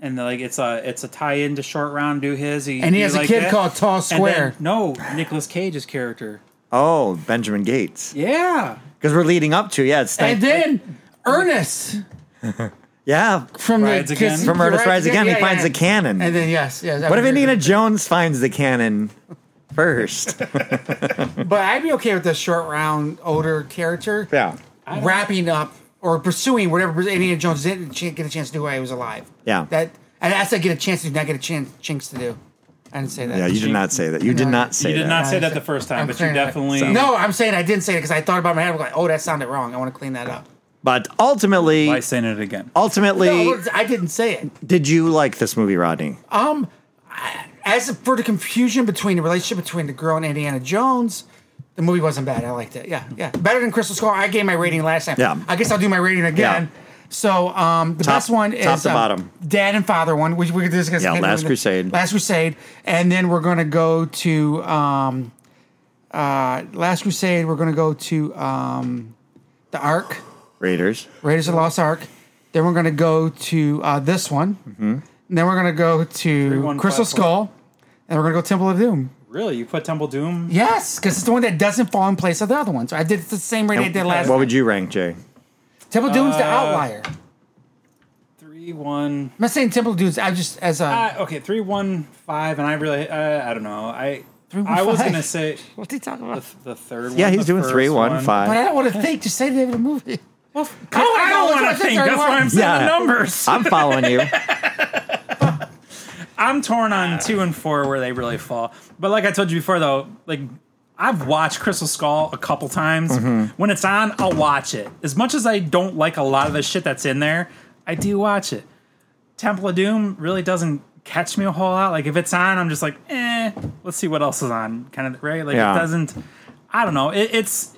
Speaker 4: And like it's a it's a tie in to short round. Do his
Speaker 5: And he
Speaker 4: do
Speaker 5: has a
Speaker 4: like
Speaker 5: kid
Speaker 4: that.
Speaker 5: called Tall
Speaker 4: And then-
Speaker 5: Square.
Speaker 4: no, Nicolas Cage's character.
Speaker 3: Oh, Benjamin Gates.
Speaker 4: Yeah,
Speaker 3: Because we're leading up to, yeah, it's like,
Speaker 5: And then Ernest
Speaker 3: yeah.
Speaker 5: from
Speaker 4: Rides
Speaker 5: the
Speaker 4: Again.
Speaker 5: kiss-
Speaker 3: From Ernest Rides Again, he finds
Speaker 5: yeah.
Speaker 3: a cannon.
Speaker 5: And then yes, yes. that
Speaker 3: What if
Speaker 5: was it.
Speaker 3: Indiana Jones finds the cannon first?
Speaker 5: But I'd be okay with the short round older character.
Speaker 3: yeah.
Speaker 5: wrapping up or pursuing whatever Indiana Jones didn't ch- get a chance to do while he was alive.
Speaker 3: Yeah.
Speaker 5: That and that's I get a chance to not get a chance chinks to do. I didn't say that.
Speaker 3: Yeah, you did not say that. You did not say
Speaker 4: you did
Speaker 3: that.
Speaker 4: not
Speaker 5: I
Speaker 4: say that
Speaker 5: said-
Speaker 4: the first time,
Speaker 5: I'm
Speaker 4: but you
Speaker 5: clearing that.
Speaker 4: definitely
Speaker 5: No, I'm saying I didn't say it because I thought about it in my head. I was like, oh, that sounded wrong. I want to clean that up.
Speaker 3: But ultimately
Speaker 4: by saying it again.
Speaker 3: ultimately
Speaker 5: No, I didn't say it.
Speaker 3: did you like this movie, Rodney?
Speaker 5: Um, I- as for the confusion between the relationship between the girl and Indiana Jones, the movie wasn't bad. I liked it. Yeah, yeah, better than Crystal Skull. I gave my rating last time.
Speaker 3: Yeah.
Speaker 5: I guess I'll do my rating again. So, um, the
Speaker 3: Top-
Speaker 5: best one
Speaker 3: top
Speaker 5: is
Speaker 3: to
Speaker 5: uh,
Speaker 3: bottom.
Speaker 5: dad and father one, which we could discuss.
Speaker 3: Yeah,
Speaker 5: later.
Speaker 3: Last Crusade.
Speaker 5: Last Crusade, and then we're gonna go to um, uh, Last Crusade. We're gonna go to um, the Ark.
Speaker 3: Raiders.
Speaker 5: Raiders of the Lost Ark. Then we're going to go to uh, this one. And then we're going to go to
Speaker 4: 315.
Speaker 5: Crystal Skull. And we're going to go Temple of Doom.
Speaker 4: Really, you put Temple Doom?
Speaker 5: Yes, because it's the one that doesn't fall in place of the other one. So I did the same rating I did last
Speaker 3: What
Speaker 5: time.
Speaker 3: would you rank, Jay?
Speaker 5: Temple of
Speaker 3: Uh,
Speaker 5: Doom's the outlier. I'm
Speaker 4: Three one.
Speaker 5: not saying Temple of Doom's. I just, as a.
Speaker 4: Uh, okay, three one five, and I really uh, I don't know. I I
Speaker 5: 315.
Speaker 4: was gonna say
Speaker 5: what are you talking about?
Speaker 4: the, the third. one.
Speaker 3: Yeah, he's
Speaker 4: the
Speaker 3: doing
Speaker 4: first
Speaker 3: three, one,
Speaker 4: one.
Speaker 3: five.
Speaker 5: But I don't want to think. Just say the name of the movie.
Speaker 4: Well,
Speaker 5: I don't wanna know
Speaker 4: wanna
Speaker 5: what's the third one.
Speaker 4: saying
Speaker 3: Yeah.
Speaker 4: numbers.
Speaker 3: I'm following you.
Speaker 4: I'm torn on two and four where they really fall. But like I told you before, though, like I've watched Crystal Skull a couple times.
Speaker 5: Mm-hmm.
Speaker 4: When it's on, I'll watch it. As much as I don't like a lot of the shit that's in there, I do watch it. Temple of Doom really doesn't catch me a whole lot. Like if it's on, I'm just like, eh, let's see what else is on, kind of right. Like
Speaker 3: Yeah.
Speaker 4: it doesn't. I don't know. It, it's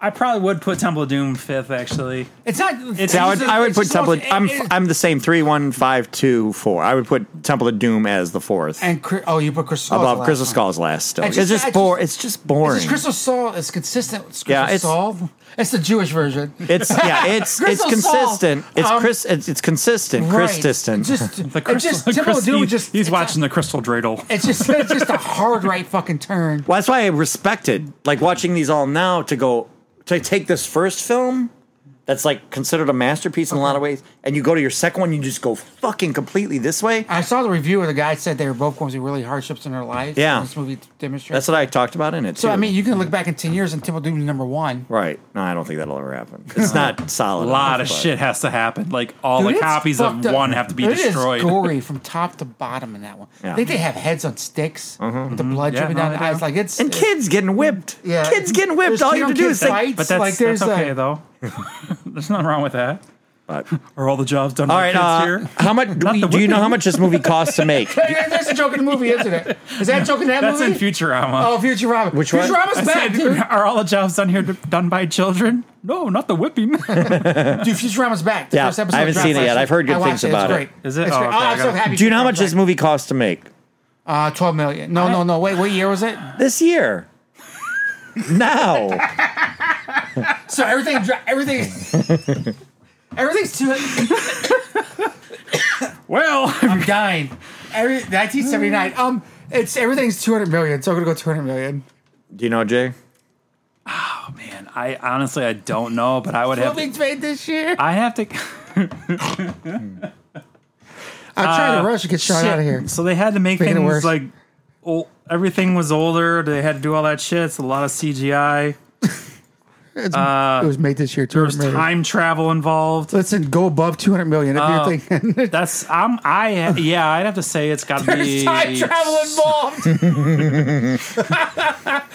Speaker 4: I probably would put Temple of Doom fifth, actually.
Speaker 5: It's not.
Speaker 4: It's-
Speaker 3: See, I would,
Speaker 5: just-
Speaker 3: I would
Speaker 5: it's
Speaker 3: put
Speaker 5: just
Speaker 3: Temple.
Speaker 5: also-
Speaker 3: I'm,
Speaker 5: it- it-
Speaker 3: I'm the same. Three, one, five, two, four. I would put Temple of Doom as the fourth
Speaker 5: and Chri- oh, you put Crystal Skull
Speaker 3: above
Speaker 5: last
Speaker 3: Crystal
Speaker 5: one.
Speaker 3: Skull's last. Still,
Speaker 5: I
Speaker 3: it's
Speaker 5: just-
Speaker 3: just,
Speaker 5: I just-
Speaker 3: bore. It's just
Speaker 5: It's
Speaker 3: boring.
Speaker 5: just Crystal Skull is consistent. It's Crystal
Speaker 3: Yeah, it's-
Speaker 5: Skull. It's the Jewish version.
Speaker 3: It's yeah, it's it's
Speaker 5: Crystal Skull.
Speaker 3: consistent. It's
Speaker 5: Um,
Speaker 3: Chris. It's, it's consistent. Chris distant.
Speaker 5: It's just,
Speaker 4: The
Speaker 5: the crystal, just, Temple
Speaker 4: Chris-
Speaker 5: of Doom
Speaker 4: he-
Speaker 5: is just
Speaker 4: he's
Speaker 5: it's
Speaker 4: watching
Speaker 5: A,
Speaker 4: the Crystal Dreidel.
Speaker 5: it's just it's just a hard right fucking turn.
Speaker 3: well, that's why I respected like watching these all now to go to take this first film that's like considered a masterpiece in a lot of ways, and you go to your second one, you just go fucking completely this way.
Speaker 5: I saw the review where the guy said they were both going through really hardships in their lives.
Speaker 3: Yeah.
Speaker 5: and this movie demonstrates.
Speaker 3: That's what I talked about in it.
Speaker 5: so
Speaker 3: too.
Speaker 5: I mean, you can look back in ten years and Temple of Doom is number one.
Speaker 3: right? No, I don't think that'll ever happen. It's not solid.
Speaker 4: A lot of
Speaker 3: enough, but-
Speaker 4: shit has to happen. Like all
Speaker 5: Dude,
Speaker 4: the
Speaker 5: it's
Speaker 4: copies of
Speaker 5: fucked up.
Speaker 4: one have to be
Speaker 5: It is
Speaker 4: destroyed.
Speaker 5: gory from top to bottom in that one.
Speaker 3: Yeah. Mm-hmm.
Speaker 5: I think they have heads on sticks with the
Speaker 4: Mm-hmm.
Speaker 5: blood
Speaker 4: Yeah,
Speaker 5: dripping
Speaker 4: no,
Speaker 5: down
Speaker 4: they
Speaker 5: the eyes.
Speaker 4: do.
Speaker 5: Like it's
Speaker 3: And
Speaker 5: it's-
Speaker 3: kids getting whipped.
Speaker 5: Yeah,
Speaker 3: kids getting whipped.
Speaker 5: there's
Speaker 3: All
Speaker 5: kid
Speaker 3: you have
Speaker 5: on
Speaker 3: to do
Speaker 5: kid
Speaker 3: is think.
Speaker 5: fights,
Speaker 4: But that's,
Speaker 5: like there's
Speaker 4: that's okay
Speaker 5: a,
Speaker 4: though. there's nothing wrong with that.
Speaker 3: But-
Speaker 4: Are all the jobs done
Speaker 3: All
Speaker 4: by
Speaker 3: right.
Speaker 4: kids
Speaker 3: Uh,
Speaker 4: here?
Speaker 3: how much? Do,
Speaker 4: Not
Speaker 3: we,
Speaker 4: the
Speaker 3: do you know
Speaker 4: women.
Speaker 3: how much this movie costs to make?
Speaker 5: Yeah, That's a joke in the movie, isn't it? Is that a joke in that
Speaker 4: That's
Speaker 5: movie?
Speaker 4: in Futurama.
Speaker 5: Oh, Futurama.
Speaker 3: Which one?
Speaker 5: Futurama's
Speaker 4: I
Speaker 5: back,
Speaker 4: said,
Speaker 5: dude.
Speaker 4: are all the jobs done here d- done by children? No, not the whipping.
Speaker 5: Dude, Futurama's back. The
Speaker 3: Yeah,
Speaker 5: first episode
Speaker 3: I haven't
Speaker 5: dropped
Speaker 3: seen it
Speaker 5: last
Speaker 3: yet.
Speaker 5: week.
Speaker 3: I've heard good
Speaker 5: I watched
Speaker 3: things about
Speaker 5: it.
Speaker 3: it.
Speaker 5: It's great.
Speaker 4: Is it?
Speaker 5: It's
Speaker 4: Oh,
Speaker 5: great.
Speaker 4: okay,
Speaker 5: oh,
Speaker 4: I
Speaker 5: I'm so
Speaker 4: got it.
Speaker 5: happy.
Speaker 3: Do you know how
Speaker 5: Futurama's
Speaker 3: much this
Speaker 5: back.
Speaker 3: movie costs to make
Speaker 5: Uh, Twelve million. No, no, no. Wait, what year was it?
Speaker 3: this year? now,
Speaker 5: So everything, dro- everything, everything's too.
Speaker 4: well,
Speaker 5: I'm dying. Every 1979. Um, it's everything's 200 million. So I'm gonna go 200 million.
Speaker 3: do you know Jay?
Speaker 4: man, I honestly I don't know, but I would have. To,
Speaker 5: Filming's made this year.
Speaker 4: I have to.
Speaker 5: I'm trying to rush and get shot out of here.
Speaker 4: So they had to make
Speaker 5: Making it
Speaker 4: things
Speaker 5: worse.
Speaker 4: like old, everything was older. They had to do all that shit. It's a lot of CGI.
Speaker 5: It's, it was made this year.
Speaker 4: There was
Speaker 5: 200 million.
Speaker 4: time travel involved.
Speaker 5: Listen, go above 200 million if
Speaker 4: Oh.
Speaker 5: you're thinking.
Speaker 4: That's I'm I yeah I'd have to say it's got to be
Speaker 5: There's time travel involved.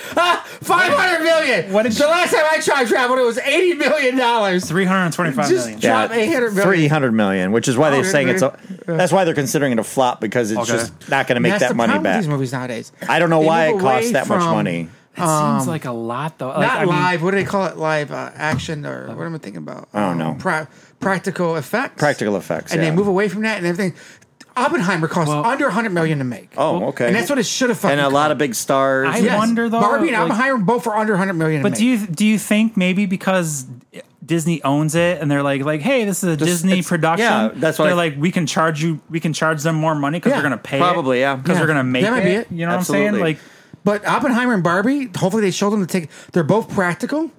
Speaker 5: Five hundred million.
Speaker 4: What did
Speaker 5: the last time I time traveled, it was eighty million dollars.
Speaker 4: three hundred and twenty five
Speaker 5: Just-
Speaker 4: million.
Speaker 5: Drop 800 million.
Speaker 3: three hundred million, which is why they're
Speaker 5: Oh,
Speaker 3: saying it's. A, that's why they're considering it a flop because it's
Speaker 4: Okay.
Speaker 3: just not going to make that money back.
Speaker 5: These movies nowadays.
Speaker 3: I don't know
Speaker 5: They
Speaker 3: why
Speaker 5: move
Speaker 3: it costs
Speaker 5: away
Speaker 3: that much
Speaker 5: from-
Speaker 3: money.
Speaker 4: That seems like a lot though. Like,
Speaker 5: um, Not
Speaker 4: I mean,
Speaker 5: live. what do they call it? Live uh, action or what am I thinking about? I
Speaker 3: don't know.
Speaker 5: Pra- practical effects.
Speaker 3: Practical effects,
Speaker 5: And
Speaker 3: yeah.
Speaker 5: they move away from that and everything. Oppenheimer costs under hundred million to make.
Speaker 3: Oh, okay.
Speaker 5: And that's what it should have.
Speaker 3: And a lot of big stars.
Speaker 4: I wonder though.
Speaker 5: Barbie and
Speaker 4: like-
Speaker 5: Oppenheimer both are under hundred million. to
Speaker 4: But
Speaker 5: make.
Speaker 4: do you do you think maybe because Disney owns it and they're like like hey this is a Disney
Speaker 3: it's-
Speaker 4: production
Speaker 3: yeah, that's what
Speaker 4: they're
Speaker 3: I-
Speaker 4: like we can charge you we can charge them more money because
Speaker 5: Yeah,
Speaker 4: they're gonna pay
Speaker 3: probably, yeah.
Speaker 4: because
Speaker 3: Yeah.
Speaker 4: they're gonna make
Speaker 5: That might
Speaker 4: it
Speaker 5: be it.
Speaker 4: you know what I'm
Speaker 3: Absolutely.
Speaker 4: saying like
Speaker 5: But Oppenheimer and Barbie, hopefully they show them to take. They're both practical,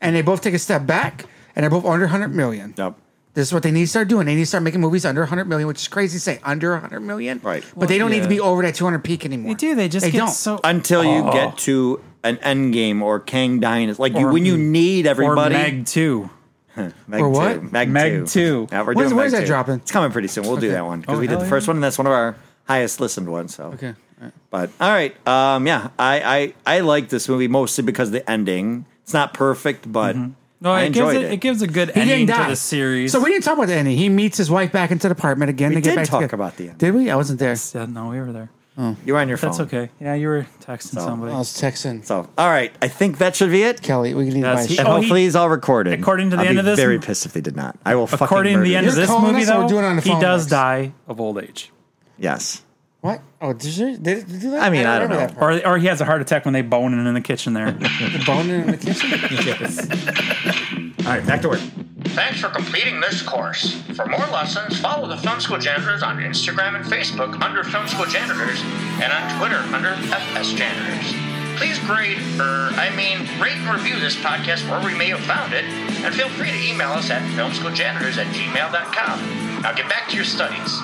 Speaker 5: and they both take a step back, and they're both under 100 million.
Speaker 3: Yep.
Speaker 5: This is what they need to start doing. They need to start making movies under 100 million, which is crazy to say under 100 million.
Speaker 3: Right.
Speaker 5: But they don't need
Speaker 3: yeah.
Speaker 5: to be over that 200 peak anymore.
Speaker 4: they do they just get so
Speaker 3: until you get to an end game or Kang Dynasty, like you, when you need
Speaker 4: or
Speaker 3: everybody.
Speaker 4: Meg too
Speaker 3: Meg
Speaker 5: Or what?
Speaker 3: Two. Meg,
Speaker 4: Meg
Speaker 3: two.
Speaker 4: two.
Speaker 3: Yeah, we're
Speaker 5: When's-
Speaker 3: doing
Speaker 5: when's
Speaker 3: Meg
Speaker 5: that
Speaker 3: two.
Speaker 5: dropping?
Speaker 3: It's coming pretty soon. We'll do that one because
Speaker 4: Oh,
Speaker 3: we did
Speaker 4: hell
Speaker 3: the first
Speaker 4: yeah.
Speaker 3: one, and that's one of our highest listened ones. So
Speaker 5: Okay.
Speaker 3: But all right, um, yeah, I, I I like this movie mostly because the ending. It's not perfect, but
Speaker 4: no
Speaker 3: I
Speaker 4: it gives
Speaker 3: enjoyed
Speaker 4: it,
Speaker 3: it.
Speaker 4: it gives a good
Speaker 5: He
Speaker 4: ending
Speaker 5: didn't die.
Speaker 4: to the series
Speaker 5: So we didn't talk about the ending. He meets his wife back into the apartment again. We to
Speaker 3: did
Speaker 5: get back
Speaker 3: talk
Speaker 5: together.
Speaker 3: about the ending.
Speaker 5: Did we? I wasn't there.
Speaker 4: yeah no we were there
Speaker 3: You're on your phone.
Speaker 5: Oh.
Speaker 4: that's okay yeah you were texting somebody
Speaker 5: I was texting
Speaker 3: So all right, I think that should be it.
Speaker 5: Kelly. We need
Speaker 4: Yes,
Speaker 5: to buy.
Speaker 4: he-
Speaker 5: shit.
Speaker 3: And
Speaker 4: Oh,
Speaker 3: hopefully he's all recorded.
Speaker 4: According to the
Speaker 3: I'll
Speaker 4: end
Speaker 3: be
Speaker 4: of this-
Speaker 3: very pissed if they did not. I will fucking.
Speaker 4: according to
Speaker 3: murder
Speaker 4: the end
Speaker 3: you.
Speaker 4: of
Speaker 5: You're
Speaker 4: this
Speaker 5: calling
Speaker 4: movie
Speaker 5: us or
Speaker 4: though
Speaker 5: we're doing it on the
Speaker 4: he
Speaker 5: phone
Speaker 4: does
Speaker 5: first?
Speaker 4: die of old age
Speaker 3: Yes.
Speaker 5: What? Oh, did you, did you do that?
Speaker 3: I mean, I don't
Speaker 5: remember
Speaker 3: know.
Speaker 5: that part.
Speaker 4: or or he has a heart attack when they bone him in the kitchen there.
Speaker 5: The bone in the kitchen.
Speaker 3: All right, back to work.
Speaker 1: Thanks for completing this course. For more lessons, follow the Film School Janitors on Instagram and Facebook under Film School Janitors and on Twitter under FS Janitors. Please grade, er, I mean, rate and review this podcast wherever you may have found it, and feel free to email us at filmschooljanitors at gmail.com. Now get back to your studies.